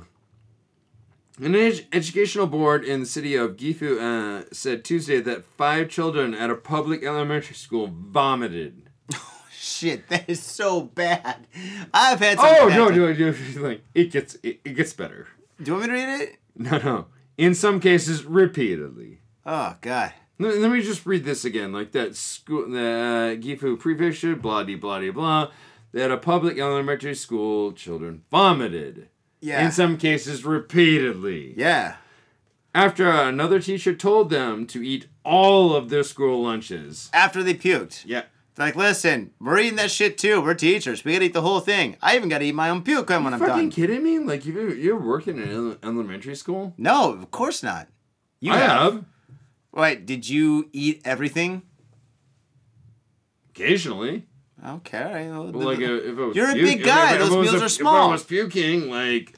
An ed- educational board in the city of Gifu uh, said Tuesday that five children at a public elementary school vomited. Shit, that is so bad. I've had. Some Oh bad no! time. Do I do like it gets it, it gets better? Do you want me to read it? No, no. In some cases, repeatedly. Oh god. Let, let me just read this again. Like that school, the uh, Gifu prefecture, blah de blah de blah. That a public elementary school children vomited. Yeah. In some cases, repeatedly. yeah. After another teacher told them to eat all of their school lunches. After they puked. Yeah. Like, listen, we're eating that shit too. We're teachers. We gotta eat the whole thing. I even gotta eat my own puke when I'm Fucking done. kidding me? Like you you're working in ele- elementary school? No, of course not. You I have Wait, did you eat everything? occasionally. Okay, all right. Well, But like if if I was You're a puke- big if guy. I- if I Those was meals a- are If small. I was puking, like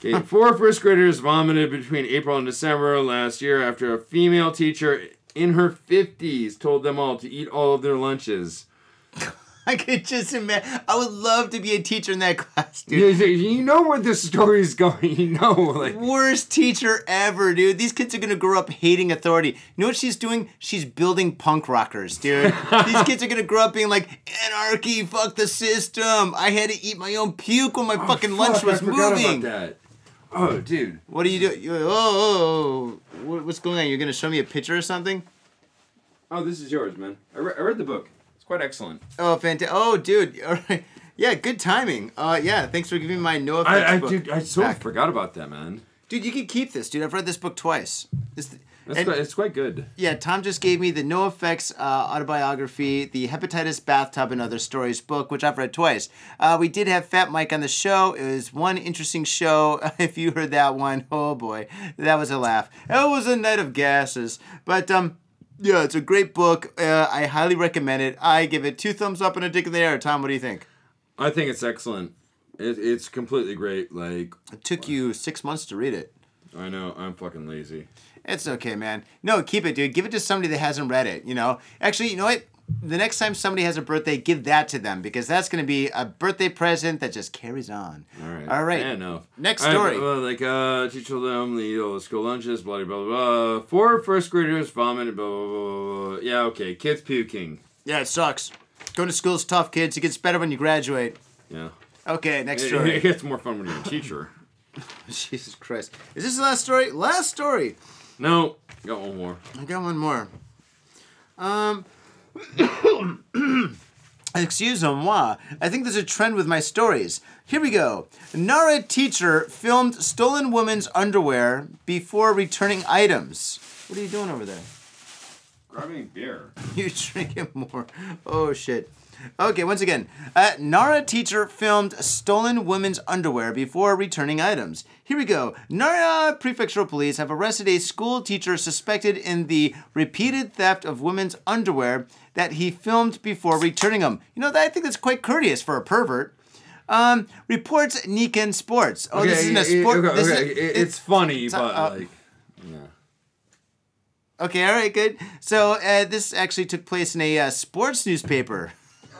okay, four first graders vomited between April and December last year after a female teacher in her fifties told them all to eat all of their lunches. uh, I could just imagine. I would love to be a teacher in that class, dude. You, you know where this story is going. You know, like Worst teacher ever, dude. These kids are gonna grow up hating authority. You know what she's doing? She's building punk rockers, dude. These kids are gonna grow up being like, anarchy, fuck the system. I had to eat my own puke when my fucking lunch Oh, Fuck, was I forgot moving. About that. Oh, dude. What are you doing? You- Oh, oh, oh. What- what's going on? You're gonna show me a picture or something? Oh, this is yours, man. I, re- I read the book. It's quite excellent. Oh, fantastic! Oh, dude. All right. Yeah, good timing. Uh, yeah. Thanks for giving me my no offense I, I book. dude, I so back. forgot about that, man. Dude, you can keep this, dude. I've read this book twice. It's the- That's and- quite, it's quite good. yeah, Tom just gave me the No Effects uh, autobiography, the Hepatitis Bathtub and Other Stories book, which I've read twice. Uh, we did have Fat Mike on the show. It was one interesting show. If you heard that one, oh boy, that was a laugh. It was a night of gases. But um, yeah, it's a great book. Uh, I highly recommend it. I give it two thumbs up and a dick in the air. Tom, what do you think? I think it's excellent. It, it's completely great. Like, It took you six months to read it. I know I'm fucking lazy. It's okay, man. No, keep it, dude. Give it to somebody that hasn't read it. You know, actually, you know what? The next time somebody has a birthday, give that to them because that's going to be a birthday present that just carries on. All right. All right. Yeah, enough. Next All right, story. well, like, uh, teach them the you know, school lunches, blah, blah, blah, blah. Four first graders vomited, blah, blah, blah, blah, blah. Yeah, okay. Kids puking. Yeah, it sucks. Going to school is tough, kids. It gets better when you graduate. Yeah. Okay, next It, story. it gets more fun when you're a teacher. Jesus Christ. Is this the last story? Last story. No, got one more. I got one more. Um, excuse-moi. I think there's a trend with my stories. Here we go. Nara teacher filmed stolen woman's underwear before returning items. What are you doing over there? Grabbing beer. You drink it more. Oh shit. Okay, once again, uh, Nara teacher filmed stolen women's underwear before returning items. Here we go. Nara Prefectural Police have arrested a school teacher suspected in the repeated theft of women's underwear that he filmed before returning them. You know, that- I think that's quite courteous for a pervert. Um, reports Nikan Sports. Oh, this Okay, isn't a it- sport. okay, this okay, is- it- it's funny, uh, but uh, like, Okay, all right, good. So uh, this actually took place in a uh, sports newspaper.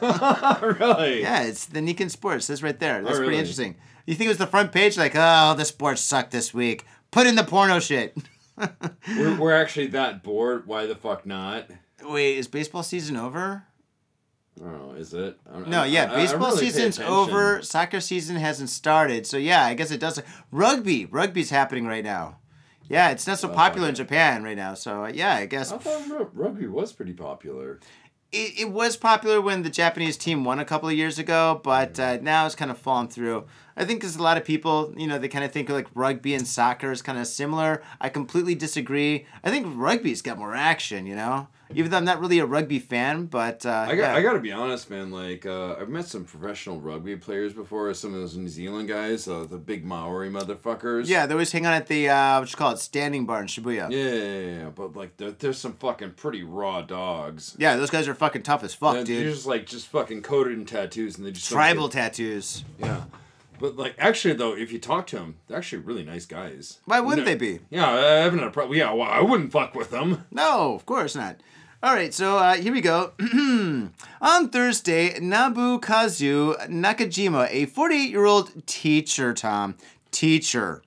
really? Yeah, it's the Nikon Sports. That's right there. That's Oh, really? pretty interesting. You think it was the front page? Like, oh, the sports suck this week. Put in the porno shit. We're, we're actually that bored. Why the fuck not? Wait, is baseball season over? I don't know. Is it? I don't- No, I- I- yeah, I baseball really pay season's attention. over. Soccer season hasn't started. So yeah, I guess it does. Rugby, rugby's happening right now. Yeah, it's Oh, not so popular in Japan right now. So yeah, I guess I thought ru- rugby was pretty popular. it, it was popular when the Japanese team won a couple of years ago, but Mm-hmm. uh, now it's kind of fallen through. I think there's a lot of people, you know, they kind of think like rugby and soccer is kind of similar. I completely disagree. I think rugby's got more action, you know, even though I'm not really a rugby fan, but uh, I got, yeah. I got to be honest, man. Like, uh, I've met some professional rugby players before. Some of those New Zealand guys, uh, the big Maori motherfuckers. yeah, they always hang out at the uh, what you call it, standing bar in Shibuya. Yeah, Yeah, yeah, yeah, yeah, but like, there, there's some fucking pretty raw dogs. those guys are fucking tough as fuck, And They're dude. just like just fucking coated in tattoos, and they just don't Tribal get- tattoos. yeah, but like, actually though, if you talk to them, they're actually really nice guys. Why wouldn't No- they be? Yeah, I haven't had a problem. Yeah, well, I wouldn't fuck with them. No, of course not. All right, so uh, here we go. On Thursday, Nabukazu Nakajima, a 48 year old teacher, Tom, teacher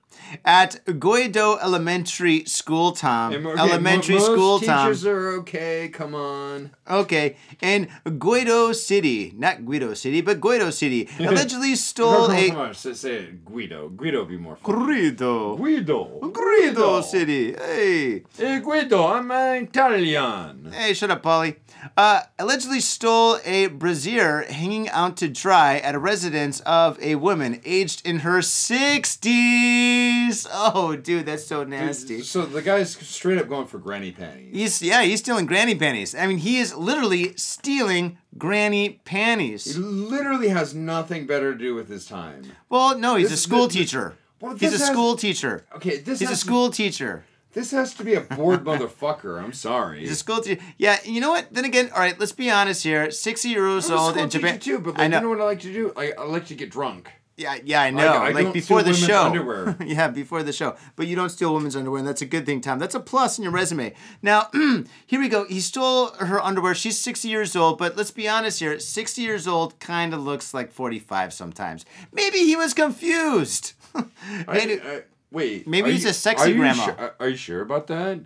at Goido Elementary School, Tom, And, okay, elementary mo- most school, Tom. Teachers are okay. Come on. Okay, in Goido City, not Guido City, but Goido City, allegedly stole come on, come a. on, say, say it, Guido. Guido would be more fun. Guido. Guido. Guido City. Hey. Eh, Guido, I'm uh, Italian. Hey, shut up, Polly. Uh, allegedly stole a brassiere hanging out to dry at a residence of a woman aged in her 60s. Oh, dude, that's so nasty. So the guy's straight up going for granny panties. He's, yeah, he's stealing granny panties. I mean, he is literally stealing granny He panties. literally has nothing better to do with his time. Well, no, he's a This- school this- teacher. Well, He's a this has- school teacher. Okay, this He's a has, school teacher. This has to be a bored motherfucker. I'm sorry. He's a school teacher. Yeah, you know what? Then again, all right, let's be honest here. 60 years I'm a old school in Japan. teacher too, but like, I know. you know what I like to do? I, I like to get drunk. Yeah, yeah, I know. I like don't before the steal women's show. underwear. yeah, before the show. But you don't steal women's underwear, and that's a good thing, Tom. That's a plus in your resume. Now, here we go. He stole her underwear. She's 60 years old, but let's be honest here. 60 years old kind of looks like 45 sometimes. Maybe he was confused. Maybe- I, I, wait. Maybe are he's you- a sexy are you grandma. su- are- are you sure about that?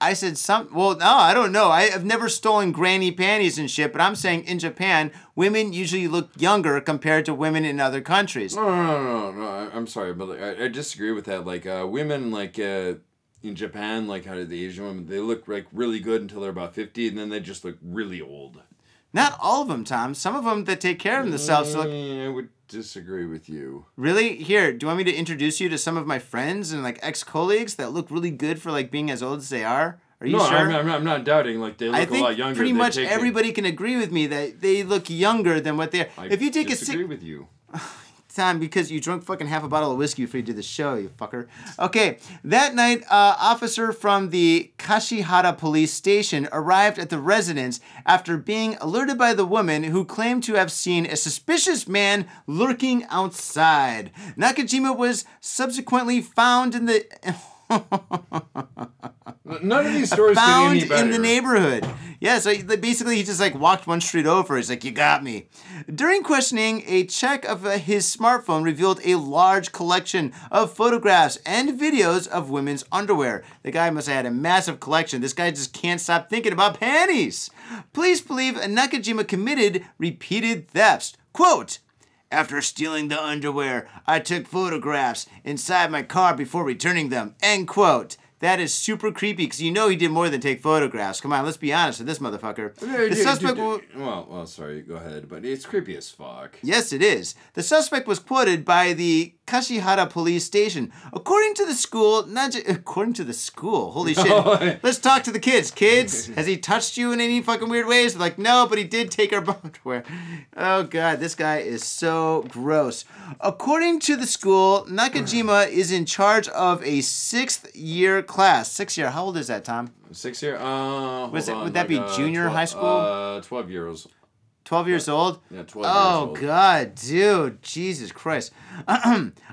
I said some. Well, no, I don't know. I have never stolen granny panties and shit, but I'm saying in Japan, women usually look younger compared to women in other countries. No, no, no, no, no. I- I'm sorry, but like, I, I disagree with that. Like, uh, women, like, uh, in Japan, like, how do the Asian women, they look, like, really good until they're about 50, and then they just look really old. Not all of them, Tom. Some of them that take care of themselves look Mm, I would disagree with you. Really? Here, do you want me to introduce you to some of my friends and like ex colleagues that look really good for like being as old as they are? Are you no, sure? I'm, I'm, not- I'm not doubting, like, they look I a think lot younger. pretty They much take- everybody can agree with me that they look younger than what they are. I if you take a disagree six with you. time because you drunk fucking half a bottle of whiskey before you did the show, you fucker. Okay, that night, uh, officer from the Kashihara police station arrived at the residence after being alerted by the woman who claimed to have seen a suspicious man lurking outside. Nakajima was subsequently found in the N- None of these stories get found any better. in the neighborhood. Yeah, so he- basically he just like walked one street over. He's like, "You got me." During questioning, a check of uh, his smartphone revealed a large collection of photographs and videos of women's underwear. The guy must have had a massive collection. This guy just can't stop thinking about panties. Police believe Nakajima committed repeated thefts. Quote. After stealing the underwear, I took photographs inside my car before returning them. End quote. That is super creepy because you know he did more than take photographs. Come on, let's be honest with this motherfucker. Yeah, The yeah, suspect. dude, wa- dude, Well, well, sorry, go ahead, but it's creepy as fuck. Yes, it is. The suspect was quoted by the Kashihara police station. According to the school, not ju- according to the school. Holy Oh, shit! Let's talk to the kids. Kids, has he touched you in any fucking weird ways? They're like, no, but he did take our underwear. Oh god, this guy is so gross. According to the school, Nakajima is in charge of a sixth year class. Six year. How old is that, Tom? Six year? Uh, hold Was it- on, would that be uh, junior high school? Uh, 12 years. 12 years old? Yeah, 12 Oh, years old. God, dude. Jesus Christ.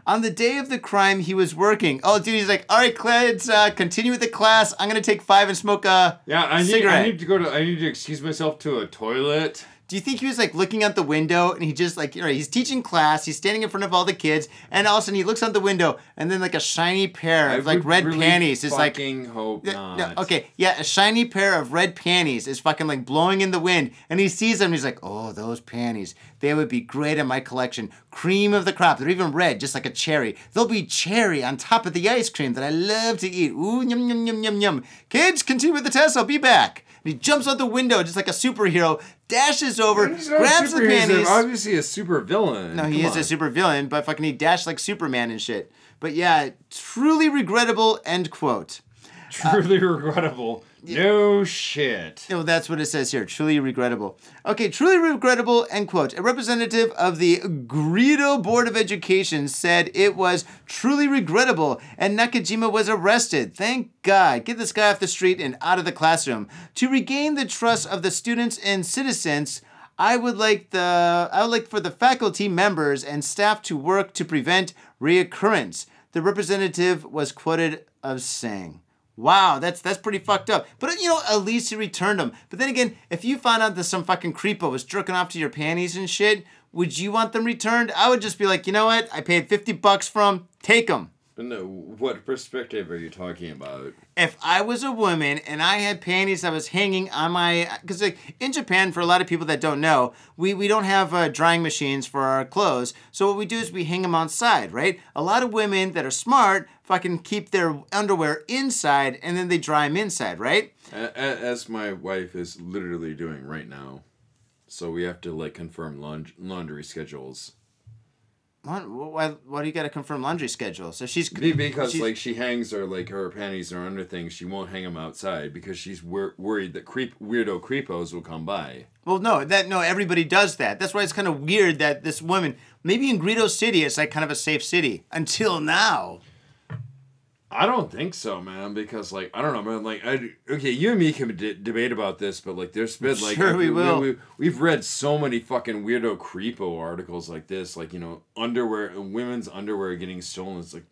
On the day of the crime, he was working. Oh, dude, he's like, all right, kids, uh, continue with the class. I'm going to take five and smoke a Yeah, I need, cigarette. I need to go to. I need to excuse myself to a toilet. Do you think he was like looking out the window and he just like, you know, he's teaching class, he's standing in front of all the kids, and all of a sudden he looks out the window and then like a shiny pair I of like would red really panties is like. fucking hope Yeah, not. no, okay, yeah, a shiny pair of red panties is fucking like blowing in the wind, and he sees them. And he's like, "Oh, those panties! They would be great in my collection. Cream of the crop. They're even red, just like a cherry. They'll be cherry on top of the ice cream that I love to eat. Ooh, yum yum yum yum yum. Kids, continue with the test. I'll be back." And he jumps out the window just like a superhero, dashes over, He's not a grabs the superhero, he's panties. Obviously, a super villain. No, he is a super villain, but fucking he dashed like Superman and shit. But yeah, truly regrettable. End quote. uh, truly regrettable. No shit. No, that's what it says here. Truly regrettable. Okay, truly regrettable, end quote. A representative of the Greedo Board of Education said it was truly regrettable and Nakajima was arrested. Thank God. Get this guy off the street and out of the classroom. To regain the trust of the students and citizens, I would like the I would like for the faculty members and staff to work to prevent reoccurrence. The representative was quoted as saying. Wow, that's that's pretty fucked up. But you know, at least he returned them. But then again, if you found out that some fucking creepo was jerking off to your panties and shit, would you want them returned? I would just be like, you know what? I paid fifty bucks for them. Take them. No, what perspective are you talking about? If I was a woman and I had panties that was hanging on my, because like in Japan, for a lot of people that don't know, we we don't have uh, drying machines for our clothes. So what we do is we hang them outside, right? A lot of women that are smart fucking keep their underwear inside and then they dry them inside, right? A- a- As my wife is literally doing right now. So we have to like confirm laund- laundry schedules. What, why, why do you got to confirm laundry schedules? So she's Be- Because she's- like she hangs her like her panties or under things, she won't hang them outside because she's wor- worried that creep weirdo creepos will come by. well, no, that no, everybody does that. That's why it's kind of weird that this woman, maybe in Greedo City, it's like kind of a safe city until now. I don't think so, man. Because like I don't know, man. Like I okay, you and me can de- debate about this, but like there's been like Sure we will. we have read so many fucking weirdo creepo articles like this, like you know underwear, uh, women's underwear getting stolen. It's like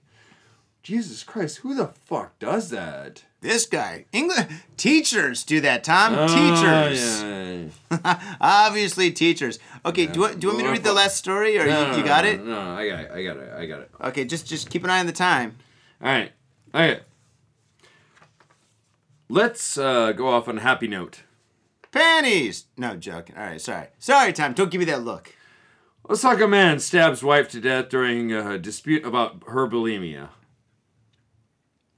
Jesus Christ, who the fuck does that? This guy, English teachers do that. Tom, Ah, teachers, yeah, yeah. obviously teachers. Okay, do you want, do you want me to Well, read the I- last story, or No, you, no, you no, got no, it? No, no, I got it. I got it. I got it. Okay, just just keep an eye on the time. All right. All right. Let's uh, go off on a happy note. Panties. No joking. All right, sorry, sorry, Tom. Don't give me that look. Osaka man stabs wife to death during a dispute about her bulimia.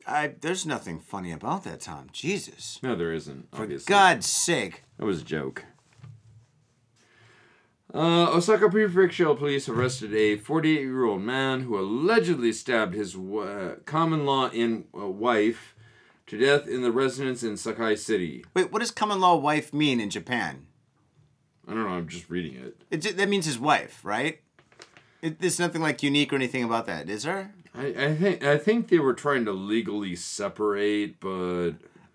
I there's nothing funny about that, Tom. Jesus, No, there isn't. Obviously, God's sake. that was a joke. Uh, Osaka Prefectural Police arrested a 48-year-old man who allegedly stabbed his uh, common-law in uh, wife to death in the residence in Sakai City. Wait, what does common law wife mean in Japan? I don't know. I'm just reading it. It, ju- that means his wife, right? It, there's nothing like unique or anything about that, is there? I, I think I think they were trying to legally separate, but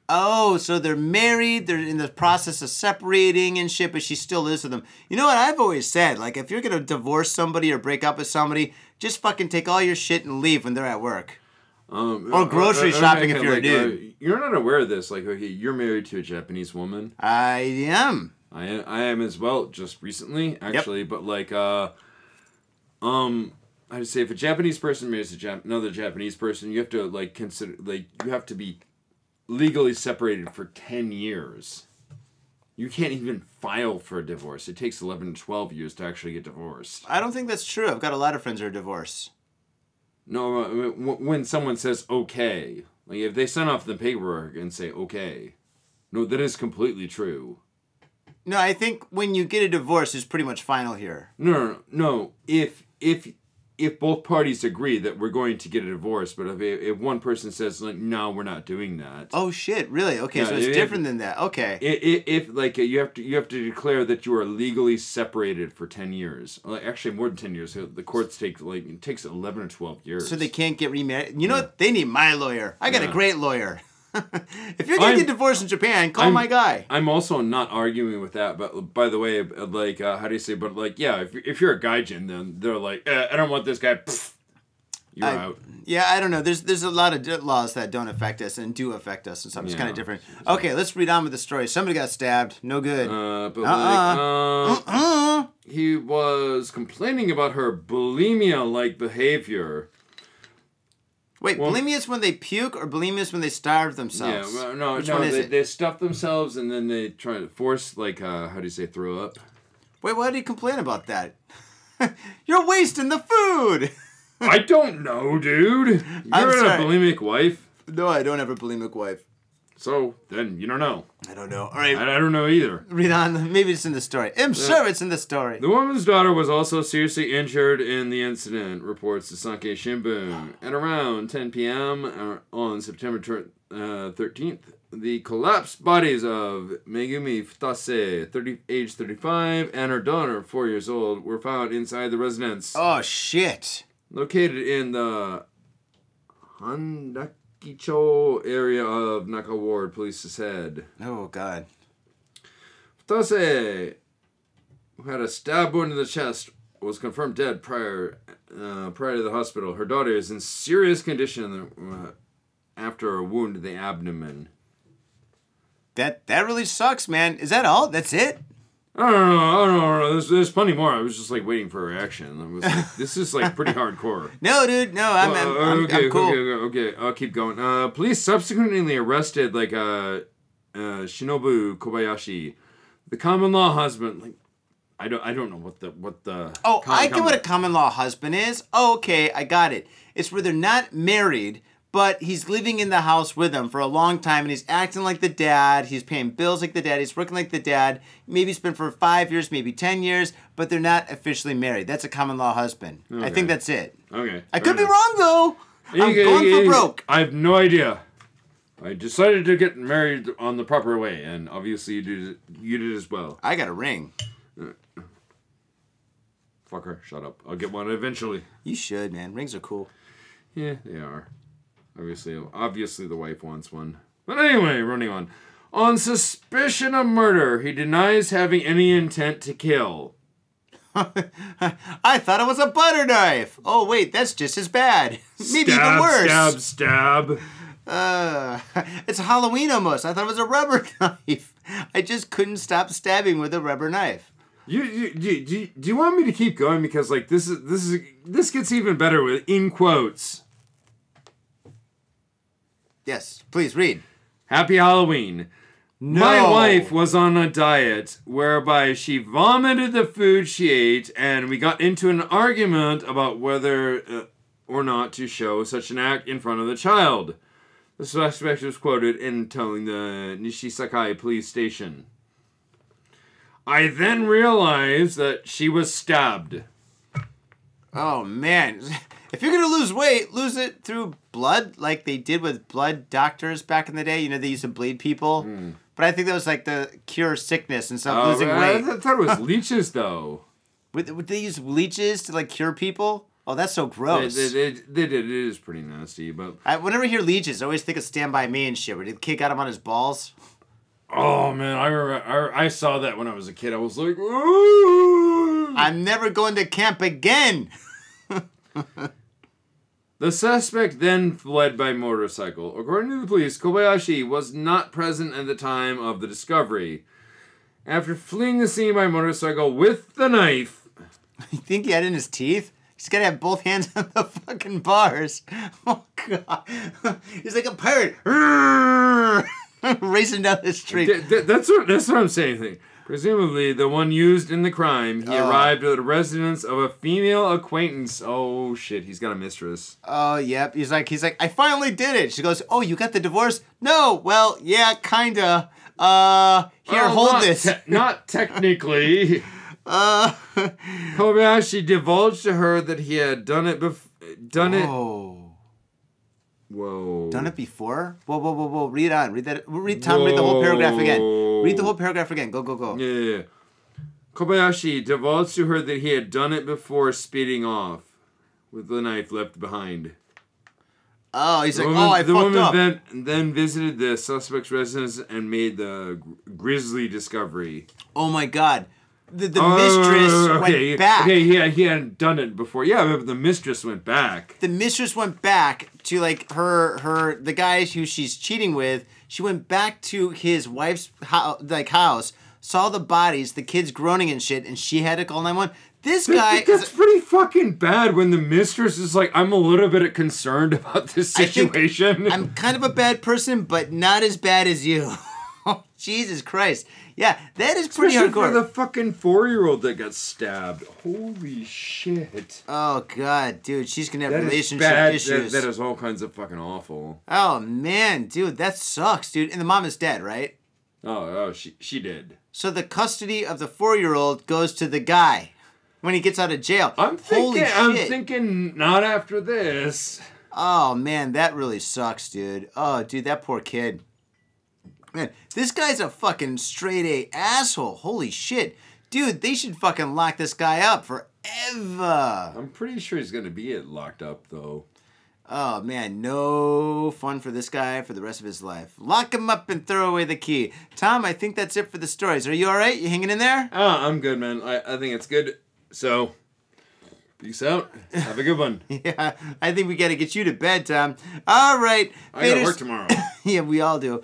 Oh, so they're married, they're in the process of separating and shit, but she still lives with them. You know what I've always said? Like, if you're gonna divorce somebody or break up with somebody, just fucking take all your shit and leave when they're at work. um, Or grocery shopping if you're a like, dude. uh, you're not aware of this. Like, okay, you're married to a Japanese woman. I am. I am, I am as well. Just recently, actually, but like, uh, um, I'd say if a Japanese person marries a Jap- another Japanese person, you have to like consider like you have to be legally separated for ten years. You can't even file for a divorce. It takes eleven to twelve years to actually get divorced. I don't think that's true. I've got a lot of friends who are divorced. No, uh, w- w- when someone says okay, like if they send off the paperwork and say okay, no, that is completely true. No, I think when you get a divorce, it's pretty much final here. No, no, no, no. If if if both parties agree that we're going to get a divorce, but if if one person says like no, we're not doing that. Oh shit, really? Okay, Yeah, so it's it- different than that. Okay. I- i- If, like uh, you have to you have to declare that you are legally separated for ten years, like actually more than ten years. So The courts take like it takes eleven or twelve years. so they can't get remarried. You know what? They need my lawyer. I got a Yeah. great lawyer. if you're gonna I'm- get divorced in Japan, call I'm- my guy. I'm also not arguing with that, but by the way, like, uh, how do you say, but like, yeah, if, if you're a gaijin, then they're like, eh, I don't want this guy. Pfft. You're I- out. Yeah, I don't know. There's there's a lot of di- laws that don't affect us and do affect us, and something's Yeah. kind of different. Okay, let's read on with the story. Somebody got stabbed. No good. Uh, but like, Uh-uh. um, Uh, he was complaining about her bulimia like behavior. Wait, well- bulimia is when they puke, or bulimia is when they starve themselves. Yeah, well, no, Which no, one is they, it? they stuff themselves and then they try to force, like, uh, how do you say, throw up? Wait, why do you complain about that? You're wasting the food. I don't know, dude. I'm You're a sorry. bulimic wife, no, I don't have a bulimic wife. so then you don't know. I don't know. All right, I, I don't know either. read on. Maybe it's in the story. I'm sure it's in the story. The woman's daughter was also seriously injured in the incident, reports the Sankei Shimbun. At around 10 p.m. uh, on September thir- uh, 13th, the collapsed bodies of Megumi Futase, 30, age 35, and her daughter, 4 years old, were found inside the residence. Oh shit. Located in the Handakicho area of Naka Ward, police said. Oh god. Tase, who had a stab wound in the chest, was confirmed dead prior uh, prior to the hospital. Her daughter is in serious condition uh, after a wound in the abdomen. That that really sucks, man. Is that all? That's it? I don't know. I don't know. There's, there's plenty more. I was just like waiting for a reaction. I was like, this is like pretty hardcore. No, dude. No, I'm, I'm, Uh, I'm, okay, I'm cool. okay, okay, okay. I'll keep going. Uh, police subsequently arrested like uh, uh, Shinobu Kobayashi, the common law husband. Like, I don't, I don't know what the what the. Oh, common- I get what a common- common law husband is. Oh, okay, I got it. It's where they're not married, but he's living in the house with them for a long time and he's acting like the dad. He's paying bills like the dad. He's working like the dad. Maybe it's been for five years, maybe 10 years, but they're not officially married. That's a common law husband. I Okay. think that's it. Okay. I fair could be enough. wrong, though. I'm Okay, going okay, for broke. I have no idea. I decided to get married on the proper way, and obviously you did. You did as well. I got a ring. Fucker, shut up. I'll get one eventually. You should, man. Rings are cool. Yeah, they are. Obviously, obviously the wife wants one. But anyway, running on. On suspicion of murder, he denies having any intent to kill. I thought it was a butter knife. Oh, wait, that's just as bad. Maybe even Stab, worse. Stab, stab. Uh, it's Halloween almost. I thought it was a rubber knife. I just couldn't stop stabbing with a rubber knife. You, you, do, you- do, you- do you want me to keep going because like this is this is this gets even better with in quotes. Yes, please read. Happy Halloween. My wife was on a diet whereby she vomited the food she ate, and we got into an argument about whether uh, or not to show such an act in front of the child. The suspect was quoted in telling the Nishisakai police station. I then realized that she was stabbed. Oh man, if you're gonna lose weight, lose it through blood, like they did with blood doctors back in the day. You know they used to bleed people, Hmm. but I think that was like the cure sickness and stuff. losing Uh, I, weight. th- thought it was leeches, though. Would, would they use leeches to like cure people? Oh, that's so They, gross. they, they, they did. It is pretty nasty, but I, whenever I hear leeches, I always think of Stand By Me and shit, where the kid got him on his balls. Oh man, I remember. I, I saw that when I was a kid. I was like, "Ooh." I'm never going to camp again. the suspect then fled by motorcycle. According to the police, Kobayashi was not present at the time of the discovery. After fleeing the scene by motorcycle with the knife, You think he had it in his teeth? He's gotta have both hands on the fucking bars. Oh god. He's like a pirate. Racing down the street. th- th- that's what that's what I'm saying. Thing. Presumably the one used in the crime, he Oh. arrived at the residence of a female acquaintance. Oh shit, he's got a mistress. Oh yep. He's like he's like, I finally did it. She goes, Oh, you got the divorce? No, well, yeah, kinda. Uh here, Well, hold Oh, not this. Uh, te- not technically. Kobayashi divulged to her that he had done it bef- done it. oh. Whoa. Done it before? Whoa, whoa, whoa, whoa. Read on. Read that read Tom, read the whole paragraph again. Read the whole paragraph again. Go, go, go. Yeah, yeah, yeah. Kobayashi divulged to her that he had done it before speeding off with the knife left behind. Oh, he's The like, woman, oh, I the fucked woman up. Then, then visited the suspect's residence and made the gr- grisly discovery. Oh my god, the, the Oh, mistress okay, went back. Okay, yeah, he hadn't done it before. Yeah, but the mistress went back. The mistress went back to like her her the guy who she's cheating with. She went back to his wife's house, like house, saw the bodies, the kids groaning and shit, and she had to call nine one. This Th- guy, th- that's is, pretty fucking bad when the mistress is like, I'm a little bit concerned about this I think situation. I'm kind of a bad person, but not as bad as you. Jesus Christ, yeah, that is pretty Especially hardcore. for the fucking four year old that got stabbed. Holy shit. oh god, dude, she's gonna have That is relationship bad. issues. That, that is all kinds of fucking awful. oh man, dude, that sucks, dude. And the mom is dead, right? Oh, oh, she she did. So the custody of the four-year-old goes to the guy when he gets out of jail. I'm Holy thinking. shit. I'm thinking not after this. Oh man, that really sucks, dude. Oh, dude, that poor kid. Man, this guy's a fucking straight A asshole. Holy shit, dude, they should fucking lock this guy up forever. I'm pretty sure he's gonna be it locked up though. Oh man, no fun for this guy for the rest of his life. Lock him up and throw away the key. Tom, I think that's it for the stories. Are you all right? You hanging in there? Ah, I'm good, man. I, I think it's good. So, peace out. Have a good one. Yeah, I think we got to get you to bed, Tom. All right, I gotta Faders- work tomorrow. yeah, we all do.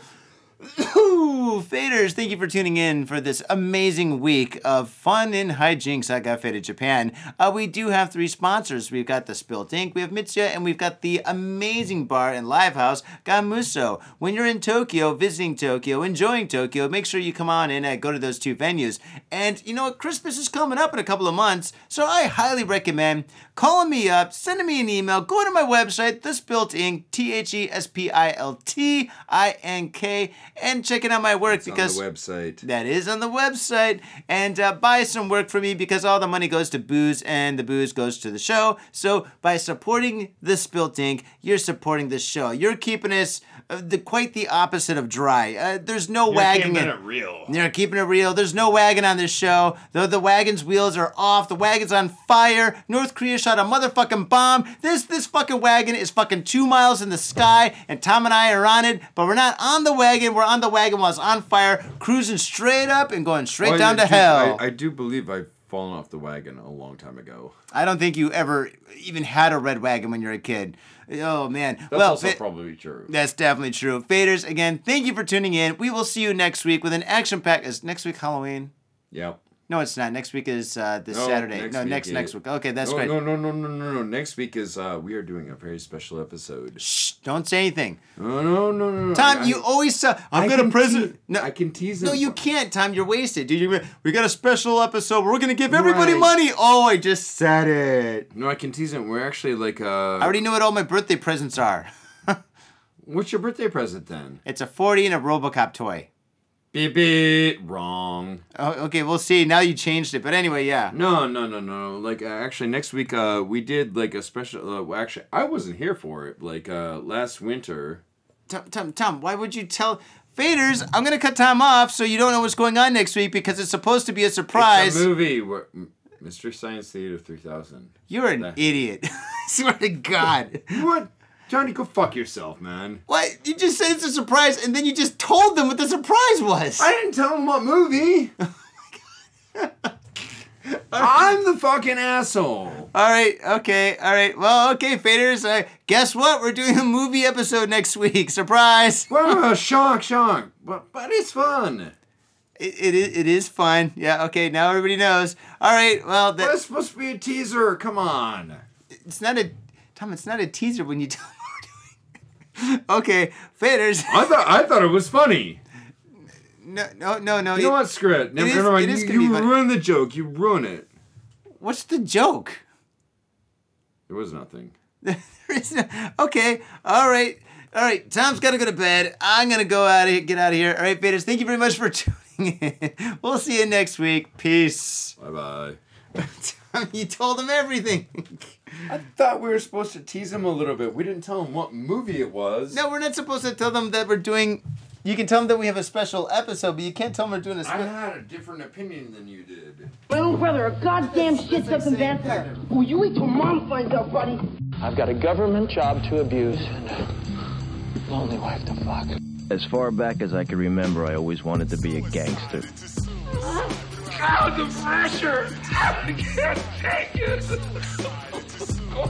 Faders, thank you for tuning in for this amazing week of fun and hijinks I Got Faded Japan. Uh, we do have three sponsors. We've got the Spilt Ink, we have Mitsuya, and we've got the amazing bar and live house, Gamuso. When you're in Tokyo, visiting Tokyo, enjoying Tokyo, make sure you come on in and go to those two venues. And you know what? Christmas is coming up in a couple of months, so I highly recommend calling me up, sending me an email, going to my website, This Built Ink, T H E S P I L T I N K, and checking out my work because. on the website. That is on the website. And uh, buy some work for me because all the money goes to booze and the booze goes to the show. So by supporting the Spilt Ink, you're supporting the show. You're keeping us uh, the quite the opposite of dry. Uh, there's no wagging it. real. They're keeping it real. There's no wagon on this show. Though the wagon's wheels are off, the wagon's on fire. North Korea shot a motherfucking bomb. This this fucking wagon is fucking two miles in the sky, and Tom and I are on it, but we're not on the wagon. We're on the wagon while it's on fire, cruising straight up and going straight Well, I down to do- hell. I, I do believe I've fallen off the wagon a long time ago. I, don't think you ever even had a red wagon when you were a kid. Oh man. That's well, also it- probably true. That's definitely true. Faders, again, thank you for tuning in. We will see you next week with an action pack. Is next week Halloween? Yep. No, it's not. Next week is uh, this No, Saturday. next no, week next is- next week. Okay, that's no, great. no, no, no, no, no, no. Next week is uh, we are doing a very special episode. Shh, don't say anything. No, no, no, no. no. Tom, I- you always suck. I I'm gonna can present. tea- no, I can tease him. no, you can't, Tom. You're wasted, dude. You're gonna- we got a special episode. Where we're gonna give everybody Right. money. Oh, I just said it. No, I can tease him. We're actually like. Uh, I already know what all my birthday presents are. What's your birthday present then? It's a forty and a RoboCop toy. Beep beep. Wrong. Oh, okay, we'll see. Now you changed it, but anyway, yeah. No, no, no, no. Like uh, actually, next week uh, we did like a special. Uh, well, actually, I wasn't here for it. Like uh, last winter. Tom, Tom, Tom, why would you tell? Faders, I'm gonna cut Tom off so you don't know what's going on next week because it's supposed to be a surprise. It's a movie where M- Mr. Science Theater 3000. You're an idiot. Swear to God. What? Johnny, go fuck yourself, man. What? You just said it's a surprise, and then you just told them what the surprise was. I didn't tell him what movie. I'm the fucking asshole. all right. Okay. All right. Well. Okay, faders. Uh, guess what? We're doing a movie episode next week. Surprise. Wow, shock, shock. But but it's fun. It, it is. It is fun. Yeah. Okay. Now everybody knows. All right. Well, that, That's supposed to be a teaser. Come on. it's not a Tom. It's not a teaser when you tell. them what we're doing. Okay, faders. I thought I thought it was funny. No, no, no, no. You know what? Screw it. Never, is- never mind. it is you gonna be you funny. ruined the joke. You ruined it. What's the joke? There was nothing. There is no- okay. All right. All right. Tom's got to go to bed. I'm going to go out of here, get out of here. All right, Faders, thank you very much for tuning in. We'll see you next week. Peace. Bye bye. Tom, you told him everything. I thought we were supposed to tease him a little bit. We didn't tell him what movie it was. No, we're not supposed to tell them that we're doing. You can tell them that we have a special episode, but you can't tell them we're doing a I special. had a different opinion than you did. My own brother, a goddamn shit doesn't matter. Will you wait till mom finds out, buddy? I've got a government job to abuse and a lonely wife to fuck. As far back as I can remember, I always wanted to be a gangster. God, the pressure! I can't take it! I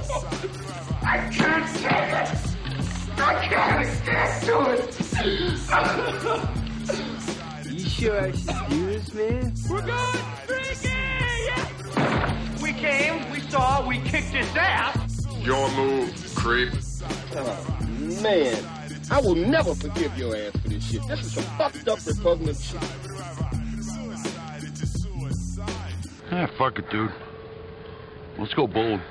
can't take it! I can't stand to it! You sure excuse me? We're going freaking! We came, we saw, we kicked his ass! Your move, creep. Oh, man. I will never forgive your ass for this shit. This is some fucked up repugnant shit. Ah, fuck it, dude. Let's go bold.